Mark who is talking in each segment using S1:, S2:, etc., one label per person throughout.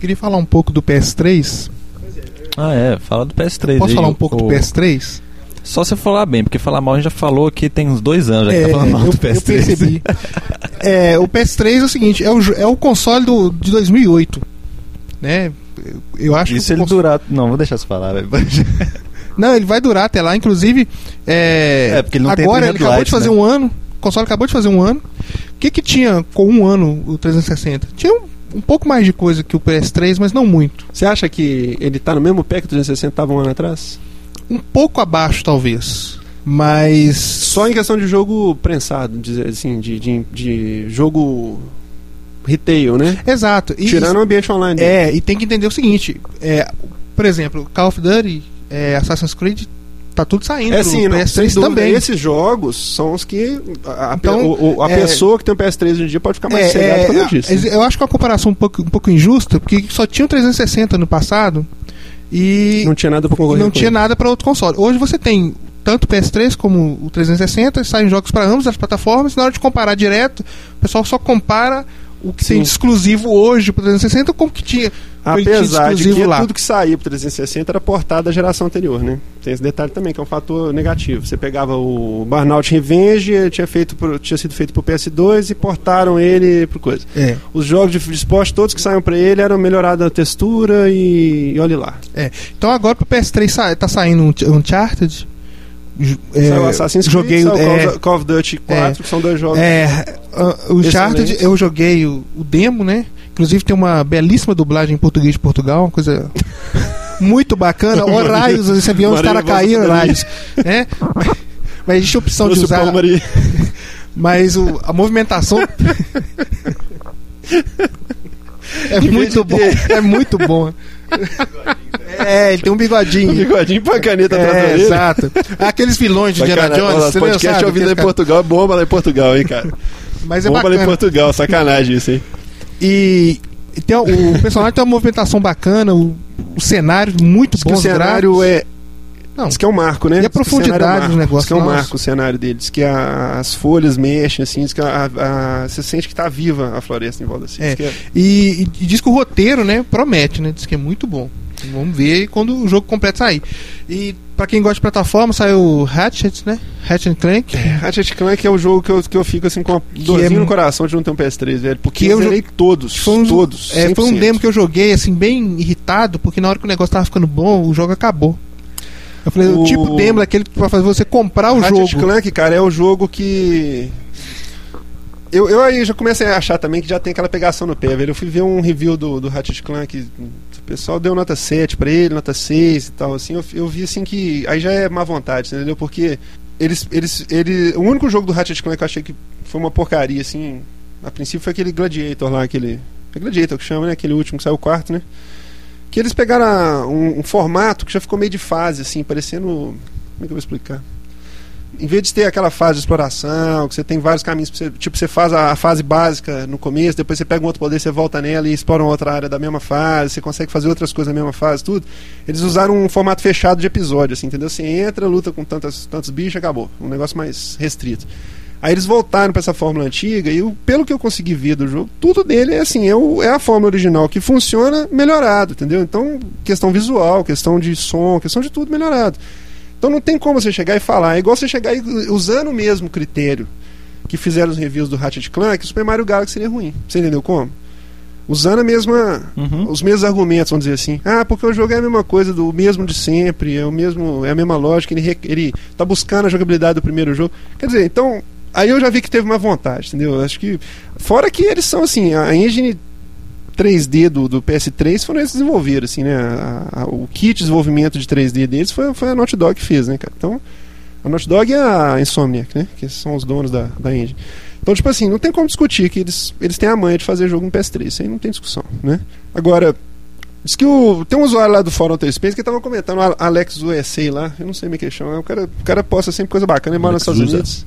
S1: Queria falar um pouco do PS3.
S2: Ah, é. Fala do PS3
S1: Posso
S2: aí,
S1: falar um
S2: o-
S1: pouco do
S2: o-
S1: PS3?
S2: Só se falar bem, porque falar mal a gente já falou aqui tem uns dois anos já
S3: É,
S2: que tá falando mal
S1: É, eu,
S2: do PS3.
S1: eu percebi. É, o PS3 é o seguinte, é o, jo- é o console do, de 2008, né? Eu- Eu acho
S2: E
S1: que
S2: se
S1: o
S2: ele
S1: cons-
S2: durar. Não, vou deixar você falar, velho.
S1: Não, ele vai durar até lá, inclusive. É,
S2: É, porque ele não tem
S1: agora
S2: Red
S1: ele acabou
S2: Light,
S1: de fazer
S2: né?
S1: um ano. O console acabou de fazer um ano. O que, que tinha com um ano o 360? Tinha um, um pouco mais de coisa que o PS3, mas não muito.
S3: Você acha que ele tá no mesmo pé que o 360 tava um ano atrás?
S1: Um pouco abaixo, talvez. Mas.
S3: Só em questão de jogo prensado, dizer assim, de, de, de jogo retail, né?
S1: Exato. E-
S3: Tirando o ambiente online. dele.
S1: É, e tem que entender o seguinte: é, por exemplo, Call of Duty, é, Assassin's Creed, tá tudo saindo.
S3: É sim,
S1: pro
S3: não, sem
S1: PS3
S3: dúvida,
S1: também.
S3: Esses jogos são os que a, a-
S1: Então,
S3: o- o- a
S1: é-
S3: pessoa que tem um PS3 hoje em dia pode ficar mais
S1: É,
S3: cegada
S1: é,
S3: por causa disso.
S1: eu- Eu acho que é uma comparação um pouco, um pouco injusta, porque só tinha o 360 no passado e
S3: Não tinha nada pra
S1: não,
S3: concorrer com
S1: tinha
S3: ele.
S1: nada para outro console. Hoje você tem tanto o PS3 como o 360, saem jogos para ambas as plataformas. Na hora de comparar direto, o pessoal só compara o que tem
S3: Sim.
S1: de exclusivo hoje pro 360 com o que tinha. com o que tinha de
S3: Apesar de que é
S1: exclusivo lá.
S3: tudo que saía pro 360 era portado da geração anterior, né? Tem esse detalhe também, que é um fator negativo. Você pegava o Burnout Revenge, ele tinha, feito pro- tinha sido feito pro PS2 e portaram ele pro coisa.
S1: É.
S3: Os jogos de de esporte, todos que saíam pra ele, eram melhorada a textura e, e olhe lá.
S1: É. Então agora pro PS3 sa tá saindo um Uncharted. Ju- É,
S3: saiu Assassin's Creed,
S1: joguei,
S3: saiu
S1: o-
S3: Call
S1: é,
S3: of- Call of Duty 4, que são dois jogos.
S1: é, a- o Uncharted,
S3: Excelente.
S1: eu joguei o, o demo, né? Inclusive tem uma belíssima dublagem em português de Portugal, uma coisa muito bacana. Ó, raios, esse avião
S3: Maria
S1: estará
S3: Bolsa
S1: caindo,
S3: também.
S1: raios. Né? Mas existe a opção
S3: Trouxe
S1: de
S3: o
S1: usar.
S3: Palmer e-
S1: Mas o- a movimentação. é muito bom. É muito bom. É, ele tem um bigodinho.
S3: Um bigodinho pra caneta atrás da
S1: É,
S3: orelha.
S1: exato. Aqueles vilões de Indiana
S3: Bacana,
S1: Jones,
S3: olha,
S1: você não
S3: podcast
S1: sabe,
S3: é ouvido
S1: aquele
S3: em Portugal, é bomba lá em Portugal, hein, cara.
S1: cara. Mas é
S3: bomba lá em
S1: bacana.
S3: Portugal, sacanagem isso, hein.
S1: E e tem, o personagem tem uma movimentação bacana, o, o cenário muito
S3: Diz que
S1: bom.
S3: o cenário é.
S1: Não.
S3: Diz que é um marco, né?
S1: E a
S3: Diz que o cenário é um
S1: profundidade do
S3: marco.
S1: negócio,
S3: Diz que é um
S1: nossa.
S3: marco o cenário dele. Diz que a- as folhas mexem, assim. Diz que a, a- a- você sente que tá viva a floresta em volta, assim.
S1: É.
S3: Diz que é-
S1: E, e diz que o roteiro, né, promete, né? Diz que é muito bom. Vamos ver quando o jogo completo sair. E pra quem gosta de plataforma, saiu o Ratchet, né? Ratchet and Clank.
S3: Ratchet Clank é o jogo que eu, que eu fico, assim, com uma dorzinha
S1: é-
S3: no coração de não ter um PS3, velho. Porque
S1: Que
S3: eu
S1: eu jo-
S3: zerei todos.
S1: Foi um,
S3: todos.
S1: é, foi um
S3: 100%.
S1: demo que eu joguei, assim, bem irritado, porque na hora que o negócio tava ficando bom, o jogo acabou. Eu falei, o,
S3: O-
S1: tipo demo é aquele pra fazer você comprar o
S3: Ratchet
S1: jogo.
S3: Clank, cara, é o jogo que. Eu, eu aí já comecei a achar também que já tem aquela pegação no pé, velho. Eu fui ver um review do, do Ratchet Clank, o pessoal deu nota 7 pra ele, nota 6 e tal, assim. Eu, eu vi assim que. Aí já é má vontade, entendeu? Porque eles, eles, ele, o único jogo do Ratchet Clank que eu achei que foi uma porcaria, assim. A princípio foi aquele Gladiator lá, aquele. É Gladiator que chama, né? Aquele último que saiu o quarto, né? Que eles pegaram a- um, um formato que já ficou meio de fase, assim, parecendo. Como é que eu vou explicar? em vez de ter aquela fase de exploração, que você tem vários caminhos, pra você, tipo, você faz a, a fase básica no começo, depois você pega um outro poder, você volta nela e explora uma outra área da mesma fase, você consegue fazer outras coisas na mesma fase, tudo. Eles usaram um formato fechado de episódio, assim, entendeu? Você entra, luta com tantas, tantos bichos, acabou. Um negócio mais restrito. Aí eles voltaram pra essa fórmula antiga e o- pelo que eu consegui ver do jogo, tudo dele é assim, é, o- é a fórmula original que funciona melhorado, entendeu? Então, questão visual, questão de som, questão de tudo melhorado. Então não tem como você chegar e falar. É igual você chegar e, usando o mesmo critério que fizeram os reviews do Ratchet Clank, Super Mario Galaxy seria ruim. Você entendeu como? Usando a mesma,
S2: Uhum.
S3: os mesmos argumentos, vamos dizer assim. Ah, porque o jogo é a mesma coisa, do mesmo de sempre, é, o mesmo, é a mesma lógica, ele, re- ele tá buscando a jogabilidade do primeiro jogo. Quer dizer, então, aí eu já vi que teve uma vontade, entendeu? Acho que. Fora que eles são assim, a engine 3D do, do PS3 foram eles que desenvolveram, assim, né? A- a- o kit de desenvolvimento de 3D deles foi, foi a Naughty Dog que fez, né, cara? Então, a Naughty Dog e a Insomniac, né? Que são os donos da, da engine. Então, tipo assim, não tem como discutir que eles, eles têm a manha de fazer jogo no PS3. Isso aí não tem discussão, né? Agora, diz que o, tem um usuário lá do Fórum Outer Space que tava comentando, o Alex USA lá, eu não sei meio que ele chama, o cara, o cara posta sempre coisa bacana, ele mora nos
S2: Alex
S3: Estados
S2: Usa.
S3: Unidos.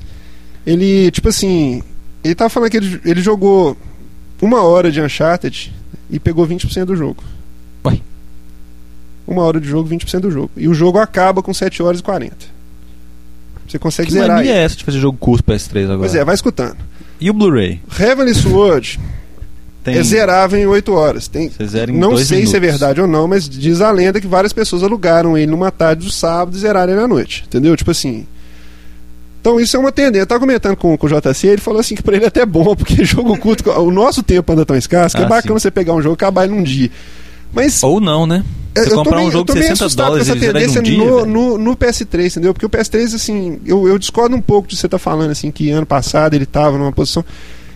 S3: Ele, tipo assim, ele tava falando que ele, ele jogou uma hora de Uncharted e pegou 20% do jogo.
S2: Ué.
S3: Uma hora de jogo, 20% do jogo. E o jogo acaba com 7 horas e 40. Você consegue
S2: Que
S3: zerar
S2: mania
S3: aí. é,
S2: é essa de fazer jogo curto PS3 agora?
S3: Pois é, vai escutando.
S2: E o Blu-ray?
S3: Heavenly Sword
S2: tem.
S3: é zerável em 8 horas. Tem,
S2: Você zera em
S3: não
S2: dois
S3: sei se
S2: minutos.
S3: é verdade ou não, mas diz a lenda que várias pessoas alugaram ele numa tarde do sábado e zeraram ele à noite. Entendeu? Tipo assim. Então isso é uma tendência. Eu tava comentando com, com o JC, ele falou assim que pra ele é até bom, porque jogo curto. O nosso tempo anda tão escasso que é
S2: Ah,
S3: bacana
S2: sim.
S3: você pegar um jogo e acabar ele num dia. Mas
S2: Ou não, né?
S3: é,
S2: Você
S3: eu tô
S2: comprar
S3: meio-
S2: um
S3: eu
S2: jogo
S3: tô
S2: de
S3: meio
S2: 60
S3: assustado com
S2: dólares
S3: essa
S2: e zerar em um
S3: tendência
S2: dia.
S3: no,
S2: velho.
S3: no, no PS3, entendeu? Porque o PS3, assim, eu, eu discordo um pouco de você estar falando, assim, que ano passado ele tava numa posição.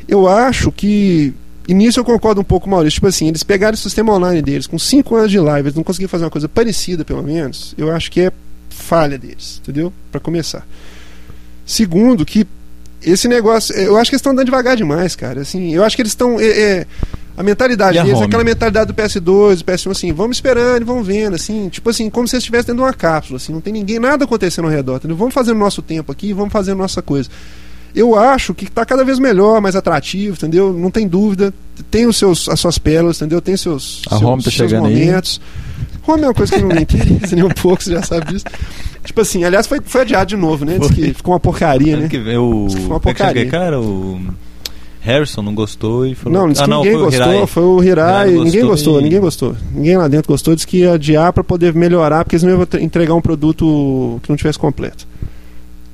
S3: Eu acho que. E nisso eu concordo um pouco, Maurício. Tipo assim, eles pegaram o sistema online deles, com 5 anos de live, eles não conseguiram fazer uma coisa parecida, pelo menos. Eu acho que é falha deles, entendeu? Pra começar. Segundo, que esse negócio. Eu acho que eles estão andando devagar demais, cara. Assim, eu acho que eles estão. é, é, a mentalidade
S2: E a
S3: deles,
S2: home?
S3: aquela mentalidade do PS2, do PS1, assim, vamos esperando, e vamos vendo, assim, tipo assim, como se eles estivessem dentro de uma cápsula, assim, não tem ninguém, nada acontecendo ao redor, entendeu? Vamos fazer o nosso tempo aqui, vamos fazer a nossa coisa. Eu acho que tá cada vez melhor, mais atrativo, entendeu? Não tem dúvida. Tem os seus, as suas pérolas, entendeu? Tem os seus,
S2: A
S3: seus,
S2: Home tá
S3: seus
S2: chegando aí.
S3: momentos. Home é uma coisa que não me interessa nem um pouco, você já sabe disso. Tipo assim, aliás, foi, foi adiado de novo, né? Diz
S2: Foi.
S3: que ficou uma porcaria,
S2: Ano
S3: né?
S2: que vem, o.
S3: Isso foi uma
S2: como é que chama aquele
S3: porcaria.
S2: Cara, o. Harrison não gostou e falou.
S3: Não, disse
S2: ah,
S3: que
S2: não,
S3: ninguém
S2: foi o
S3: gostou,
S2: Hirai.
S3: foi o
S2: Hirai
S3: Hirai,
S2: gostou
S3: ninguém gostou,
S2: e-
S3: ninguém gostou. Ninguém lá dentro gostou, disse que ia adiar pra poder melhorar, porque eles não iam tre- entregar um produto que não tivesse completo.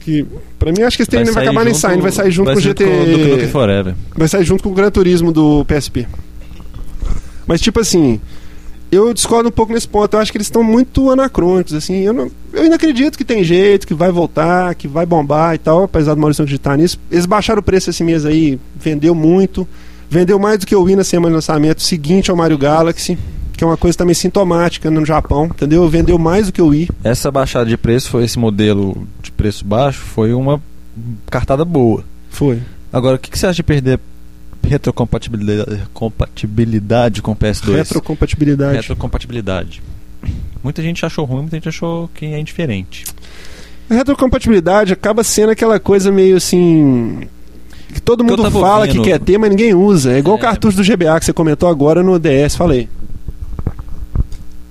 S3: Que, pra mim, acho que esse
S2: Vai
S3: termo vai
S2: sair
S3: acabar nem
S2: junto-
S3: saindo, vai sair junto com o GT.
S2: Vai sair junto com o Duke Nukem Forever.
S3: Vai sair junto com o Gran Turismo do PSP. Mas, tipo assim, eu discordo um pouco nesse ponto. Eu acho que eles estão muito anacrônicos, assim. Eu, não- eu ainda acredito que tem jeito, que vai voltar, que vai bombar e tal, apesar do Maurício acreditar nisso. Eles baixaram o preço esse mês aí, vendeu muito. Vendeu mais do que eu vi na semana de lançamento seguinte ao Mario Galaxy, que é uma coisa também sintomática no Japão, entendeu? Vendeu mais do que eu vi.
S2: Essa baixada de preço, foi esse modelo de preço baixo, foi uma cartada boa.
S3: Foi.
S2: Agora, o que, que você acha de perder retrocompatibilidade compatibilidade com o PS2?
S3: Retrocompatibilidade.
S2: Retrocompatibilidade. Muita gente achou ruim, muita gente achou que é indiferente.
S3: A retrocompatibilidade acaba sendo aquela coisa meio assim. Que todo
S2: Que eu
S3: mundo
S2: tava
S3: fala
S2: ouvindo.
S3: que quer ter, mas ninguém usa. É igual o
S2: É.
S3: cartucho do GBA que você comentou agora no DS, falei.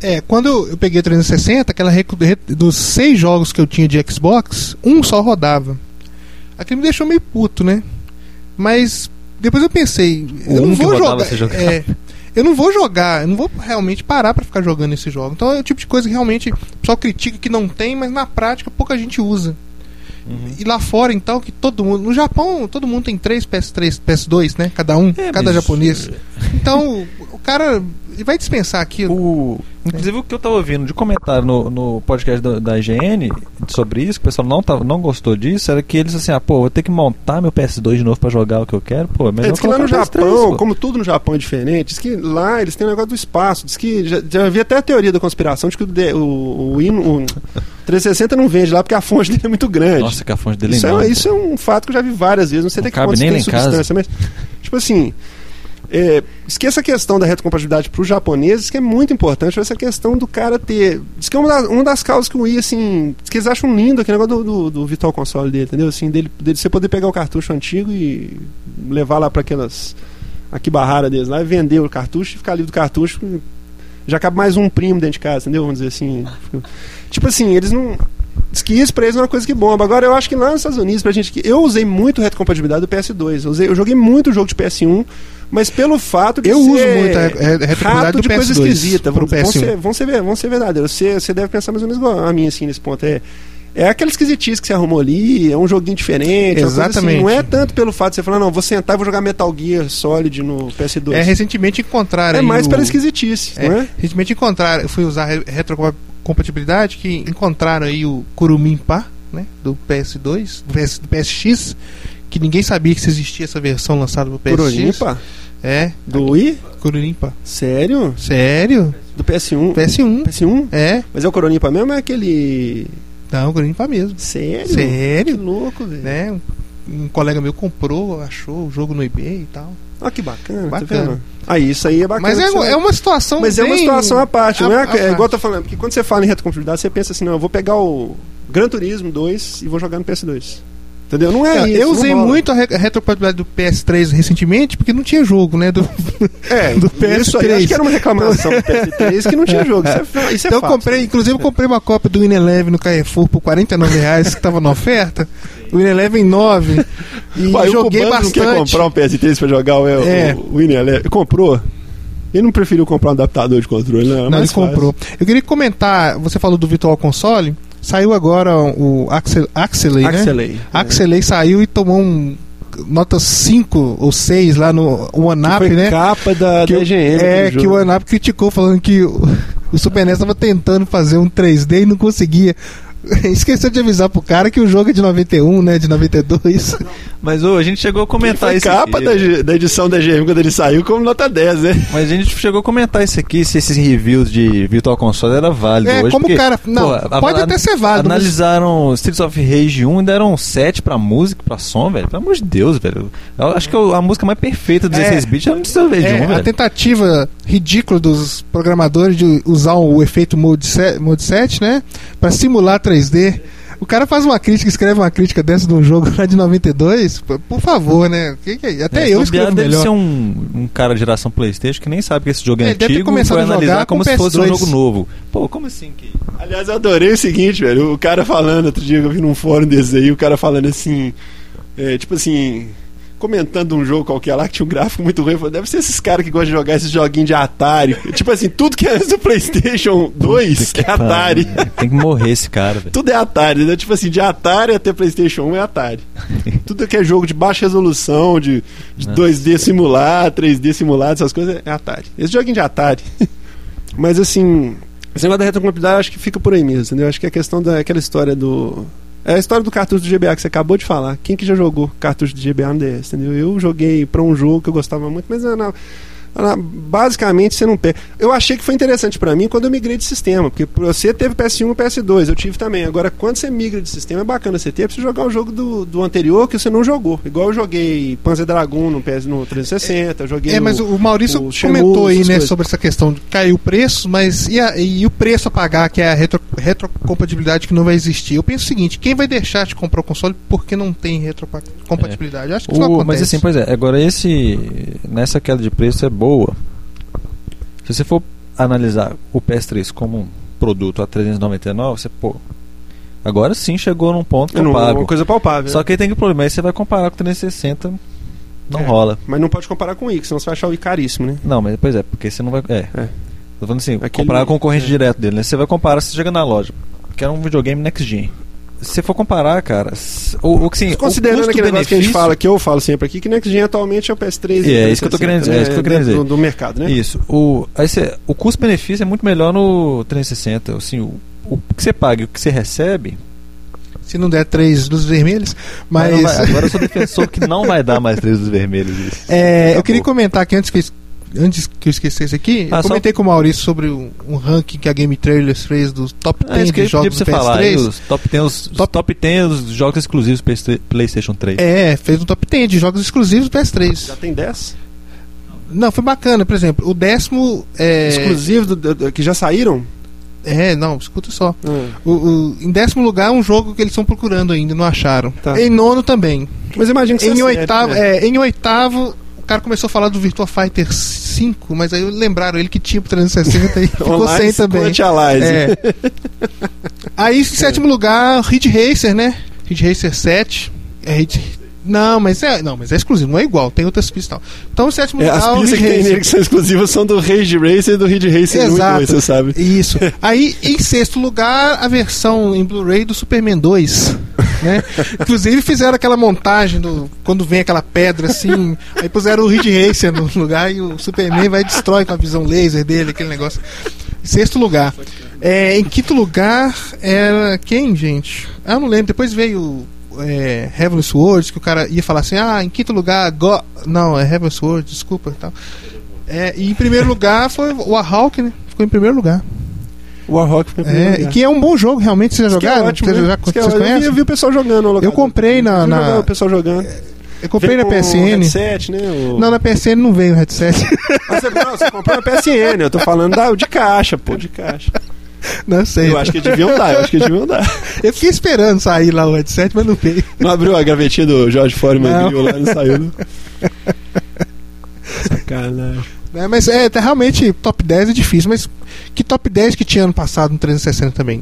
S1: É, quando eu, eu peguei o 360, aquela recu- re- dos seis jogos que eu tinha de Xbox, um só rodava. Aquilo me deixou meio puto, né? Mas depois eu pensei,
S2: O
S1: eu
S2: um
S1: não
S2: que
S1: vou
S2: rodava,
S1: jogar.
S2: você jogava.
S1: é, eu não vou jogar, eu não vou realmente parar pra ficar jogando esse jogo. Então é o tipo de coisa que realmente o pessoal critica que não tem, mas na prática pouca gente usa.
S2: Uhum.
S1: E lá fora, então, que todo mundo. No Japão, todo mundo tem três PS3, PS2, né? Cada um,
S2: É,
S1: cada
S2: mas- é.
S1: japonês. Então, o cara ele vai dispensar aquilo.
S2: O, inclusive o que eu tava ouvindo de comentário no, no podcast da, da IGN sobre isso, que o pessoal não, tava, não gostou disso, era que eles assim, ah, pô, vou ter que montar meu PS2 de novo pra jogar o que eu quero, pô, mas um
S3: É, diz que lá no Japão, como tudo no Japão é diferente, diz que lá eles têm um negócio do espaço. Diz que já, já havia até a teoria da conspiração de que o, D- o, o, hino- o 360 não vende lá porque a fonte dele é muito grande.
S2: Nossa, que a fonte dele é
S3: Isso é,
S2: enorme.
S3: isso é um fato que eu já vi várias vezes. Não sei
S2: Não
S3: até que
S2: cabe
S3: ponto isso
S2: nem
S3: tem
S2: lá em casa.
S3: substância, mas. Tipo assim. é, esqueça a questão da retrocompatibilidade para os japoneses, que é muito importante. Essa questão do cara ter. Diz que é uma das, uma das causas que o Wii, assim. Diz que eles acham lindo aquele negócio do, do, do Virtual Console dele, entendeu? Assim, dele, dele você poder pegar o cartucho antigo e levar lá para aquelas. Aqui barrara deles lá e vender o cartucho e ficar livre do cartucho. Já cabe mais um primo dentro de casa, entendeu? Vamos dizer assim. Tipo assim, eles não. Diz que isso pra eles é uma coisa que bomba. Agora, eu acho que lá nos Estados Unidos, pra gente que. Eu usei muito retrocompatibilidade do PS2. Eu, usei- eu joguei muito jogo de PS1, mas pelo fato de
S1: Eu
S3: ser
S1: uso muito a re- re- retrocompatibilidade
S3: rato
S1: do
S3: de coisa
S1: PS2
S3: esquisita.
S1: pro
S3: Vão, vão,
S1: PS1.
S3: ser, vão, ser, ver- vão ser verdadeiros. Você, você deve pensar mais ou menos igual a mim, assim, nesse ponto. É. É aquela esquisitice que você arrumou ali, é um joguinho diferente. uma coisa assim.
S1: Exatamente.
S3: Não é tanto pelo fato de você falar, não, vou sentar e vou jogar Metal Gear Solid no PS2.
S1: É,
S3: É,
S1: recentemente encontraram. aí
S3: mais
S1: o-
S3: pela esquisitice,
S1: É,
S3: não é?
S1: Recentemente encontraram. Eu fui usar re- retrocompatibilidade que encontraram aí o Kurumin Pá, né? Do PS2, do, PS, do PSX, que ninguém sabia que existia essa versão lançada pro PSX.
S3: Coronipa?
S1: É,
S3: Do Wii?
S1: Kurumin Pá.
S3: Sério?
S1: Sério?
S3: Do PS1?
S1: PS1.
S3: PS1?
S1: É,
S3: Mas é o Coronipa mesmo? É aquele.
S1: não, Kurumin Pá mesmo.
S3: Sério? Que
S1: Sério?
S3: louco, velho.
S1: Né? um- Um colega meu comprou, achou o jogo no eBay e tal.
S3: Olha que bacana. Tá
S1: Bacana.
S3: vendo? Aí, isso aí é bacana.
S1: Mas é,
S3: que você-
S1: é uma situação.
S3: Mas é uma
S1: bem-
S3: situação à parte,
S1: à-
S3: não é?
S1: à
S3: é igual eu
S1: parte.
S3: tô falando, porque quando você fala em retrocompatibilidade, você pensa assim, não, eu vou pegar o Gran Turismo 2 e vou jogar no PS2. Entendeu? Não é,
S1: É,
S3: isso.
S1: eu
S3: não
S1: usei
S3: rola.
S1: muito a re- a retrocompatibilidade do PS3 recentemente porque não tinha jogo, né? Do,
S3: É,
S1: do
S3: Isso aí,
S1: PS3.
S3: acho que era uma reclamação do PS3 que não tinha jogo. Isso é, fa- isso é
S1: então eu
S3: fato.
S1: comprei, inclusive eu comprei uma cópia do Ineleve no Carrefour por 49 reais que tava na oferta. Win Eleven 9. E
S3: Uai,
S1: joguei
S3: o cubano não quer
S1: bastante.
S3: comprar um PS3 pra jogar o,
S1: É.
S3: o, o Winnie Ele comprou. Ele não preferiu comprar um adaptador de controle, né?
S1: Não, ele comprou. Eu queria comentar, você falou do Virtual Console, saiu agora um, o Axel, Axelay, né?
S2: Axelei.
S1: Axelay saiu e tomou um nota 5 ou 6 lá no OneUp,
S3: Foi
S1: né?
S3: capa da,
S1: Que
S3: da
S1: o-
S3: EGM.
S1: é,
S3: aquele
S1: que o
S3: jogo.
S1: OneUp criticou falando que o, o Super NES tava tentando fazer um 3D e não conseguia. Esqueceu de avisar pro cara que o jogo é de 91, né? De 92.
S2: Mas ô, a gente chegou a comentar
S3: Foi
S2: isso.
S3: capa
S2: aqui.
S3: da, G- da edição da EGM quando ele saiu como nota 10, né?
S2: Mas a gente chegou a comentar isso aqui, se esses reviews de Virtual Console era válido
S1: É,
S2: hoje.
S1: como o
S2: porque,
S1: cara. Não,
S2: pô,
S1: pode
S2: a-
S1: até ser válido. mas-
S2: Analisaram Streets of Rage 1 e deram 7 pra música, pra som, velho. Pelo amor de Deus, velho. Eu acho que a música mais perfeita dos
S1: É.
S2: 16 bits era Streets of Rage 1,
S1: É, a
S2: velho.
S1: tentativa ridícula dos programadores de usar o efeito Mode 7, mode 7, né? Pra simular 3D. O cara faz uma crítica, escreve uma crítica dessa de um jogo lá de 92. Por, por favor, né? O que que é? Até
S2: É,
S1: eu
S2: se bobear,
S1: escrevo
S2: deve
S1: melhor.
S2: ser um, um cara de geração Playstation que nem sabe que esse jogo
S1: É,
S2: é,
S1: deve ter
S2: antigo e
S1: começado
S2: foi
S1: a jogar
S2: analisar como
S1: com
S2: se fosse um
S1: PS2.
S2: jogo novo. Pô, como assim que...
S3: Aliás, eu adorei o seguinte, velho. O cara falando, outro dia eu vi num fórum desse aí, o cara falando assim. é, tipo assim. Comentando um jogo qualquer lá que tinha um gráfico muito ruim, falou, deve ser esses caras que gostam de jogar esses joguinhos de Atari. tipo assim, tudo que é do PlayStation 2 é Atari.
S2: Pariu, velho. Tem que morrer esse cara, velho.
S3: Tudo é Atari, né? Tipo assim, de Atari até PlayStation 1 é Atari. Tudo que é jogo de baixa resolução, de, de 2D simular, 3D simulado, essas coisas, é Atari. Esse joguinho de Atari. Mas assim, esse negócio da retrocompatibilidade eu acho que fica por aí mesmo, entendeu? Acho que é a questão daquela história do. É a história do cartucho do GBA que você acabou de falar. Quem que já jogou cartucho do GBA no DS, entendeu? Eu joguei pra um jogo que eu gostava muito, mas eu não- ela- Basicamente você não pega. Eu achei que foi interessante pra mim quando eu migrei de sistema, porque você teve PS1 e PS2, eu tive também. Agora, quando você migra de sistema, é bacana você ter pra você jogar o jogo do, do anterior que você não jogou. Igual eu joguei Panzer Dragon no PS no 360, eu joguei.
S1: É, mas
S3: o...
S1: o Maurício
S3: o Shenmue,
S1: comentou aí,
S3: essas
S1: né,
S3: coisas.
S1: sobre essa questão de cair o preço, mas e, a- e o preço a pagar, que é a retro- retrocompatibilidade que não vai existir? Eu penso o seguinte, quem vai deixar de comprar o console porque não tem retrocompatibilidade? Eu Acho que isso
S2: O-
S1: acontece.
S2: mas assim, pois é, agora esse. Nessa queda de preço é boa. Se você for analisar o PS3 como um produto a 399, você, pô. Agora sim chegou num ponto que eu
S3: Uma
S2: pago.
S3: coisa palpável.
S2: Só que aí tem que problema, aí você vai comparar com o 360, não
S3: É.
S2: rola.
S3: Mas não pode comparar com o I, que senão você vai achar o I caríssimo, né?
S2: Não, mas pois é, porque você não vai. É.
S3: É.
S2: Tô falando assim,
S3: Aquele-
S2: comparar o concorrente
S3: é.
S2: direto dele, né? Você vai comparar, você chega na loja, quer um videogame next gen. Se você for comparar, cara, s- ou, ou que sim,
S3: Considerando
S2: o
S3: aquele negócio que a gente
S2: custo-benefício-
S3: fala, que eu falo sempre aqui, que Next Gen atualmente é o PS3
S2: É, é isso que eu tô querendo dizer, é isso que eu tô querendo
S3: dentro
S2: dizer.
S3: Do, do mercado, né?
S2: Isso. O, aí cê- o custo-benefício é muito melhor no 360. Assim, o, o que você paga e o que você recebe.
S1: Se não der três luzes vermelhas, mas...
S2: não vai- agora eu sou defensor que não vai dar mais três dos vermelhos. Isso.
S1: É, eu
S2: Acabou.
S1: queria comentar aqui antes que eu es- antes que eu esquecesse aqui,
S2: Ah,
S1: eu
S2: só-
S1: comentei com o Maurício sobre um, um ranking que a Game Trailers fez dos top 10
S2: Ah, isso que eu
S1: de
S2: ia pedir pra
S1: jogos do
S2: você falar. aí,
S1: PS3.
S2: Os top 10, os,
S1: Top-
S2: top... ten dos jogos exclusivos PS3 PlayStation 3.
S1: É, fez um top 10 de jogos exclusivos do PS3.
S3: Já tem 10?
S1: Não, foi bacana, por exemplo, o décimo é.
S3: Exclusivo do- do- do- que já saíram?
S1: É, não, escuta só.
S3: Ah.
S1: O, o- em décimo lugar é um jogo que eles estão procurando ainda, não acharam.
S3: Tá.
S1: Em nono também.
S3: Mas imagina que
S1: Em
S3: você
S1: oitavo,
S3: acerta, né?
S1: é, em oitavo, o cara começou a falar do Virtua Fighter 5, mas aí lembraram ele que tinha pro 360 e ficou
S3: Online
S1: sem também.
S3: Squad Allies.
S1: É. Aí, em sétimo lugar, Ridge Racer, né? Ridge Racer 7. É Ridge- Não, mas é, não, mas é exclusivo, não é igual, tem outras pistas. Então, em sétimo
S3: É,
S1: lugar,
S3: as
S1: o
S3: pistas
S1: Ridge
S3: que tem
S1: Racer.
S3: nele que são exclusivas são do Rage Racer e do Ridge Racer 1 e 2,
S1: Exato.
S3: você sabe.
S1: Isso. Aí, em sexto lugar, a versão em Blu-ray do Superman 2. Né? Inclusive fizeram aquela montagem do quando vem aquela pedra assim, aí puseram o Ridge Racer no lugar e o Superman vai e destrói com a visão laser dele, aquele negócio. Em sexto lugar. É, em quinto lugar era quem, gente? Ah, eu não lembro. Depois veio é, Heavenly Swords, que o cara ia falar assim: ah, em quinto lugar, Go... não, é Heavenly Swords, desculpa e tal. É, e em primeiro lugar foi o Hawk, né? Ficou em primeiro lugar.
S3: Warhawk foi
S1: É, e que é um bom jogo, realmente. Vocês
S3: é
S1: já jogaram? vocês
S3: né?
S1: já, vocês
S3: eu, vi, eu
S1: conhecem?
S3: vi o pessoal jogando no local.
S1: Eu comprei na-
S3: Eu
S1: na-
S3: jogava o pessoal jogando.
S1: Eu comprei na
S3: Veio com o
S1: PSN.
S3: headset, né? o-
S1: Não, na PSN não veio o headset.
S3: Ah, você, não, você comprou na PSN, eu tô falando da, de caixa, pô, de caixa.
S1: não sei.
S3: Eu acho que deviam dar, eu acho que deviam dar.
S1: Eu fiquei esperando sair lá o headset, mas não veio.
S3: Não abriu a gavetinha do Jorge Foreman
S1: Não.
S3: abriu lá não saiu. né? não? Sacanagem.
S1: Né, Mas é, tá, realmente, top 10 é difícil. Mas que top 10 que tinha ano passado no 360 também?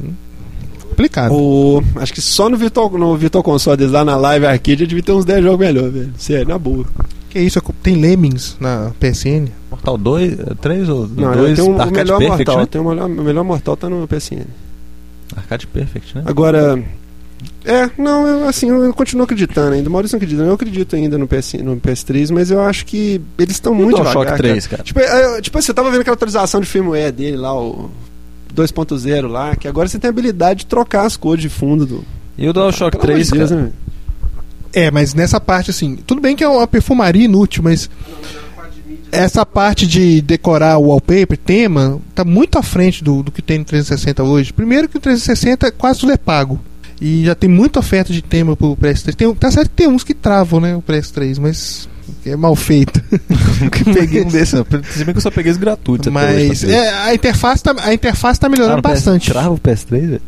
S1: Complicado.
S3: O, acho que só no Virtual, no Virtual Console deles lá na Live Arcade eu devia ter uns 10 jogos melhor, velho. Sério, na boa.
S1: Que isso? Tem Lemmings na PSN?
S2: Mortal 2, 3 ou
S3: Não, eu
S2: 2
S3: tenho um- o
S2: Arcade
S3: melhor
S2: Perfect,
S3: mortal.
S2: né?
S3: eu tenho o melhor, o melhor mortal tá no PSN.
S2: Arcade Perfect, né?
S3: Agora. É, não, eu, assim, eu, eu continuo acreditando ainda. O Maurício não acredita, eu acredito ainda no, PS, no PS3, mas eu acho que eles estão
S2: Muito
S3: muito
S2: Shock
S3: devagar,
S2: 3, cara.
S3: Tipo, é, é, tipo, você tava vendo aquela atualização de firmware dele lá, o 2.0 lá, que agora você tem a habilidade de trocar as cores de fundo do.
S2: E o DualShock
S3: Pelo amor de
S2: 3,
S3: Deus,
S2: cara,
S3: né,
S1: É, mas nessa parte, assim, tudo bem que é uma perfumaria inútil, mas. Essa parte de decorar o wallpaper, tema, tá muito à frente do, do que tem no 360 hoje. Primeiro que o 360 quase tudo é pago. E já tem muita oferta de tema pro PS3. Tem, um- tá certo que tem uns que travam, né, o PS3, mas é mal feito.
S2: nunca peguei um desses. não. Se bem que eu só peguei os gratuitos. até hoje,
S1: né? mas
S2: pra ver.
S1: é, a, interface tá, a interface tá
S2: Ah,
S1: melhorando
S2: no PS
S1: bastante.
S2: Trava o PS3, velho?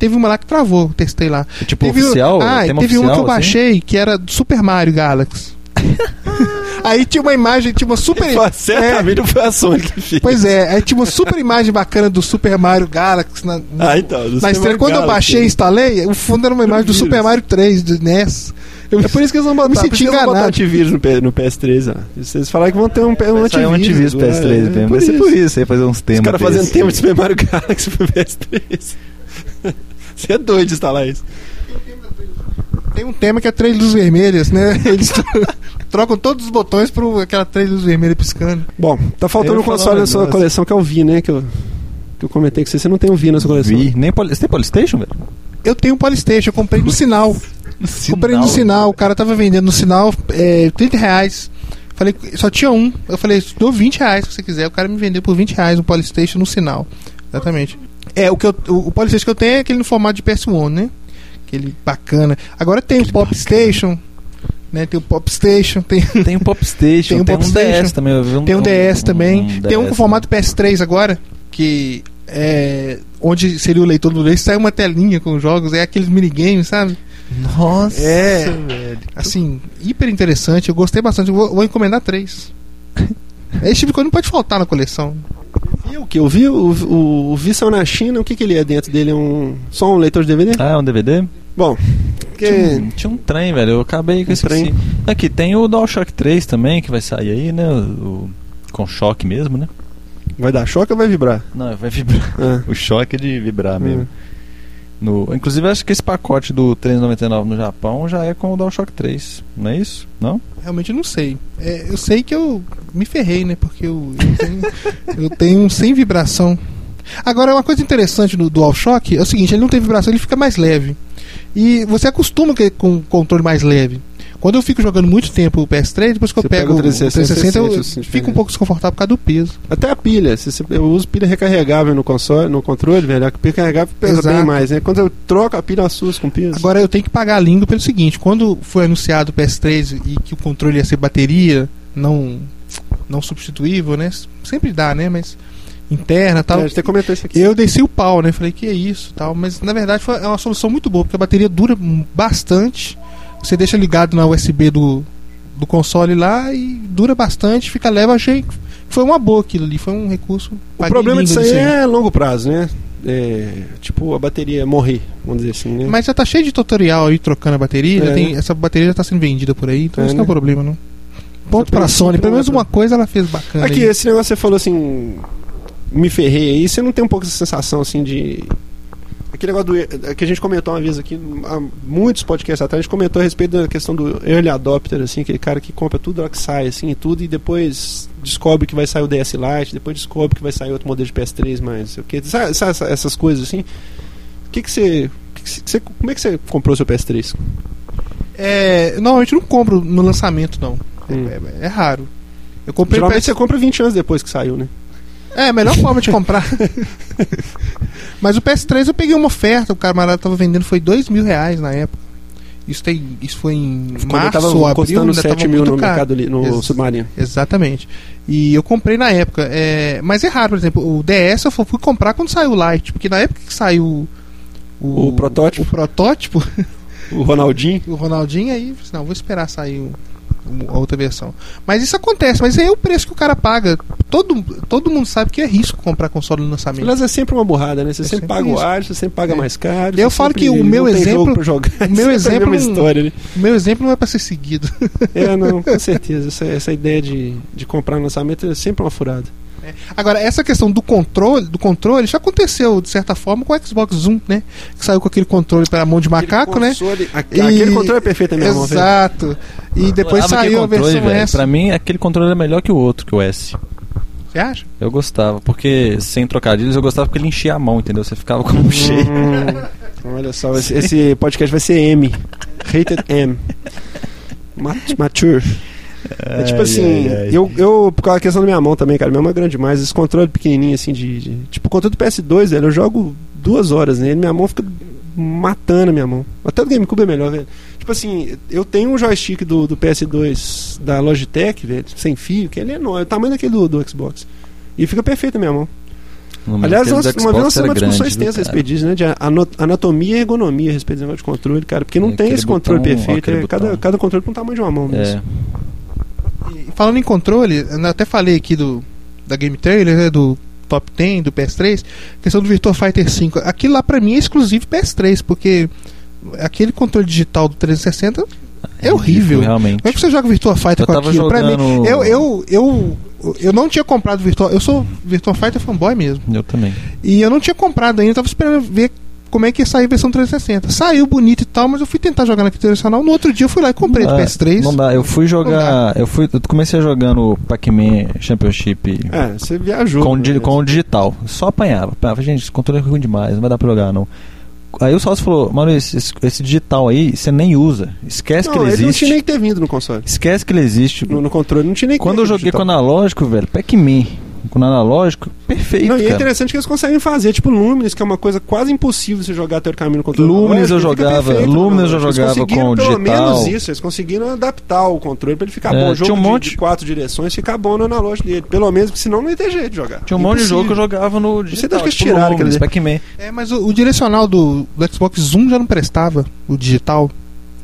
S1: Teve uma lá que travou, eu testei lá.
S2: É Tipo,
S1: Teve-
S2: oficial?
S1: Ah,
S2: tema
S1: teve uma que eu
S2: oficial, assim?
S1: baixei que era do Super Mario Galaxy. aí tinha uma imagem, tinha uma super.
S3: Certamente não foi a Sony que fez.
S1: Pois é, aí tinha uma super imagem bacana do Super Mario Galaxy na,
S3: Ah, então. do
S1: na
S3: Super
S1: estrela. Quando eu
S3: Galaxy.
S1: baixei e instalei, o fundo era uma imagem do
S3: Vírus.
S1: Super Mario 3 do NES. Eu-
S3: É por isso que eles vão
S1: Me
S3: botar,
S1: senti
S3: por isso que eles vão botar
S1: enganado.
S3: antivírus no, P- no PS3, ó. Vocês falaram que vão ter um, P- um
S2: Vai
S3: antivírus.
S2: sair um antivírus
S3: agora,
S2: PS3
S3: é,
S2: mesmo.
S3: por
S2: Vai ser
S3: isso.
S2: por isso, aí fazer uns temas.
S3: Os caras fazendo
S2: desse.
S3: tema de Super Mario Galaxy pro PS3. Você é doido de instalar isso. tipo-
S1: Tem um tema que é três luzes vermelhas, né? Eles tro- trocam todos os botões pra aquela três luzes vermelhas piscando.
S3: Bom, tá faltando
S2: Eu
S3: um
S2: ia falar
S3: console
S2: um
S3: na sua
S2: negócio.
S3: coleção que é o Vi, né? Que eu, que eu comentei que você, você não tem o Vi na sua coleção.
S2: Vi. Nem poli... Você tem Polystation, velho?
S1: Eu tenho um Polystation, eu comprei no sinal. Comprei no sinal, o cara tava vendendo no sinal é, 30 reais. Falei, só tinha um. Eu falei, dou 20 reais se você quiser. O cara me vendeu por 20 reais um Polystation no sinal. Exatamente. É, o, que eu, o, o Polystation que eu tenho é aquele no formato de PS1, né? Aquele bacana. Agora tem o Pop Station, né? Tem o Pop Station, tem,
S2: Tem um Popstation,
S1: Tem
S2: tem,
S1: um
S2: um
S1: Popstation.
S2: DS também. eu vi
S1: tem um DS também. tem um com
S2: DS,
S1: formato PS3 agora, que é. Onde seria o leitor do leite, sai uma telinha com os jogos, é aqueles minigames, sabe?
S2: né? Nossa,
S1: É.
S2: velho.
S1: assim, hiper interessante. Eu gostei bastante. Eu vou, vou encomendar três. É Esse tipo de coisa não pode faltar na coleção.
S3: E o que? Eu vi, o, o, o Vi saiu na China, o que, que ele é dentro dele? É um, só um leitor de DVD?
S2: Ah, é um DVD?
S3: Bom,
S2: Tinha,
S3: que,
S2: um, tinha um trem, velho. Eu acabei que
S3: Um
S2: eu esqueci.
S3: trem.
S2: Aqui, tem o DualShock 3 também, que vai sair aí, né? O, o- com choque mesmo, né?
S3: vai dar choque ou vai vibrar?
S2: Não, vai vibrar.
S3: Ah,
S2: O choque é de vibrar mesmo.
S3: Hum.
S2: No, inclusive, acho que esse pacote do 3,99 no Japão já é com o DualShock 3, não é isso? Não?
S1: Realmente eu não sei. É, eu sei que eu me ferrei, né? Porque eu, eu, tenho, eu tenho um sem vibração. Agora, uma coisa interessante no DualShock é o seguinte: ele não tem vibração, ele fica mais leve. E você acostuma que- com o controle mais leve. Quando eu fico jogando muito tempo o PS3, depois que
S3: Você
S1: eu pego
S3: pega o
S1: o
S3: 360,
S1: 360,
S3: você
S1: eu
S3: sente o-
S1: fico um pouco desconfortável por causa do peso.
S3: Até a pilha. Se você- eu uso pilha recarregável no console, no controle, velho. A pilha recarregável pesa
S1: Exato.
S3: bem mais, né? Quando eu troco a pilha, eu assusto com peso.
S1: Agora eu tenho que pagar a língua pelo seguinte: quando foi anunciado o PS3 e que o controle ia ser bateria não não substituível, né? Sempre dá, né? Mas interna e tal.
S3: É, a gente até comentou isso aqui.
S1: tá um- Eu desci o pau, né? Falei que é isso, tal, mas na verdade foi é uma solução muito boa, porque a bateria dura bastante. Você deixa ligado na USB do, do console lá e dura bastante, fica leve, achei que foi uma boa aquilo ali, foi um recurso. assim.
S3: O
S1: paguei
S3: problema
S1: língua
S3: disso aí
S1: nisso
S3: é longo prazo, né? É, tipo, a bateria morrer, vamos dizer assim, né?
S1: Mas já tá cheio de tutorial aí trocando a bateria.
S3: É,
S1: já tem-
S3: né?
S1: Essa bateria já tá sendo vendida por aí, então
S3: É,
S1: isso não é
S3: né?
S1: problema, não. Ponto
S3: Só
S1: pra
S3: pra-
S1: Sony. Pelo menos
S3: pra-
S1: uma coisa ela fez bacana.
S3: Aqui,
S1: aí.
S3: esse negócio que você falou assim, me ferrei aí, você não tem um pouco essa sensação assim de. Aquele negócio do. é, que a gente comentou uma vez aqui, há muitos podcasts atrás, a gente comentou a respeito da questão do early adopter, assim, aquele cara que compra tudo a hora que sai, assim, e tudo, e depois descobre que vai sair o DS Lite, depois descobre que vai sair outro modelo de PS3, mas não sei o quê. Sabe, sabe essa- essas coisas assim. O que, que você. o que que você- Como é que você comprou seu PS3?
S1: É, normalmente eu não compro no lançamento, não. É-
S3: Hum.
S1: É, é raro. Eu comprei o
S3: Geralmente
S1: PS...
S3: você compra 20 anos depois que saiu, né?
S1: É, a melhor forma de comprar. Mas o PS3 eu peguei uma oferta, o camarada tava vendendo, foi dois mil reais na época. Isso, tem, isso foi em
S3: Quando
S1: março
S3: tava
S1: ou abril,
S3: custando
S1: ainda tava
S3: 7 mil
S1: muito
S3: no
S1: caro.
S3: mercado ali, no
S1: Ex-
S3: submarino.
S1: Exatamente. E eu comprei na época. é, mas é raro, por exemplo, o DS eu fui comprar quando saiu o Lite, porque na época que saiu o,
S3: O protótipo.
S1: o protótipo,
S3: O Ronaldinho.
S1: o Ronaldinho, aí eu falei, assim, não, vou esperar sair o, a outra versão. Mas isso acontece, mas aí é o preço que o cara paga. Todo, todo mundo sabe que é risco comprar console no lançamento.
S3: Mas é sempre uma burrada, né? Você
S1: É
S3: sempre
S1: sempre
S3: paga o
S1: isso.
S3: ar, você sempre paga
S1: É.
S3: mais caro.
S1: Eu
S3: você
S1: falo
S3: sempre
S1: que o meu
S3: não tem jogo
S1: exemplo-
S3: pra jogar.
S1: o meu
S3: sempre a
S1: exemplo
S3: mesma
S1: não-
S3: história, né?
S1: Meu exemplo não é pra ser seguido.
S3: É, não, com certeza. Essa, essa ideia de, de comprar no lançamento é sempre uma furada.
S1: Agora, essa questão do controle, do controle já aconteceu, de certa forma, com o Xbox One, né? Que saiu com aquele controle para mão de macaco, né?
S3: Aquele controle é perfeito, meu irmão. velho.
S1: Exato. E depois
S2: Adorava aquele
S1: saiu a
S2: Ah, controle,
S1: versão
S2: velho.
S1: S.
S2: Pra mim, aquele controle era melhor que o outro, que o S.
S1: Você acha?
S2: Eu gostava, porque sem trocadilhos eu gostava porque ele enchia a mão, entendeu? Você ficava um com a mão cheia.
S3: Hum, olha só, esse, esse podcast vai ser M. Rated M. Mat- Mature. É tipo assim, Eu, eu, por causa da questão da minha mão também, cara, minha mão é grande demais. Esse controle pequenininho, assim, de. de- tipo, o controle do PS2, velho, eu jogo duas horas nele, minha mão fica matando a minha mão. Até o GameCube é melhor, velho. Tipo assim, eu tenho um joystick do, do PS2 da Logitech, velho, sem fio, que ele é enorme, é o tamanho daquele do, do Xbox. E fica perfeito a minha mão.
S2: No meu
S3: Aliás,
S2: tempo
S3: nós-
S2: do
S3: uma
S2: Xbox
S3: vez nós
S2: era
S3: temos uma discussão
S2: grande,
S3: extensa a
S2: viu, cara?
S3: respeito disso, né? De ano- anatomia e ergonomia a respeito desse negócio de controle, cara. Porque não
S2: É,
S3: tem
S2: aquele
S3: esse controle
S2: botão,
S3: perfeito.
S2: aquele
S3: é cada,
S2: botão.
S3: cada controle com o tamanho de uma mão né? mesmo.
S2: É.
S1: E falando em controle, eu até falei aqui do da Game Trailer, né, do Top 10, do PS3, questão do Virtua Fighter 5. Aquilo lá pra mim é exclusivo PS3, porque aquele controle digital do 360 é horrível.
S2: Realmente.
S1: Como é que você joga Virtua Fighter
S2: Eu
S1: com
S2: tava
S1: aquilo? Pra
S2: jogando-
S1: mim, eu, eu, eu, eu não tinha comprado Virtua. Eu sou Virtua Fighter fanboy mesmo.
S2: Eu também.
S1: E eu não tinha comprado ainda, eu tava esperando ver como é que ia sair a versão 360. Saiu bonito e tal, mas eu fui tentar jogar naquele tradicional. No outro dia eu fui lá e comprei do
S2: Ah,
S1: PS3.
S2: Não dá, eu fui jogar. Eu fui. Eu comecei jogando Pac-Man Championship
S3: É, você viajou.
S2: com, o di-
S3: né?
S2: com o digital. Só apanhava. apanhava. Gente, esse controle é ruim demais, não vai dar pra jogar, não. Aí o Salso falou, mano, esse, esse- esse digital aí, você nem usa. Esquece
S3: não,
S2: É que ele
S3: ele não
S2: existe.
S3: tinha nem que ter vindo no console.
S2: Esquece que ele existe.
S3: No, no controle, não tinha nem que
S2: Quando
S3: ter então.
S2: eu joguei
S3: digital.
S2: com analógico, velho, Pac-Man com analógico, perfeito.
S3: Não, e é
S2: cara.
S3: interessante que eles conseguem fazer, tipo Lumines, que é uma coisa quase impossível você jogar teoricamente no controle.
S2: Lumines
S3: analógico,
S2: eu
S3: fica
S2: jogava,
S3: perfeito,
S2: Lumines eu
S3: analógico.
S2: jogava
S3: eles conseguiram
S2: com o
S3: pelo
S2: digital.
S3: menos isso, eles conseguiram adaptar o controle pra ele ficar
S2: É,
S3: bom. O jogo
S2: tinha um
S3: de-
S2: monte-
S3: de quatro direções ficar bom no analógico dele. Pelo menos, porque senão não ia ter jeito de jogar.
S2: Tinha um monte de jogo que eu
S3: Impossível.
S2: jogava no
S3: Você
S2: digital.
S3: deve
S2: tipo
S3: tirar aquele-
S2: Lumines, Pac-Man.
S1: É, mas o, o direcional do, do Xbox One já não prestava, o digital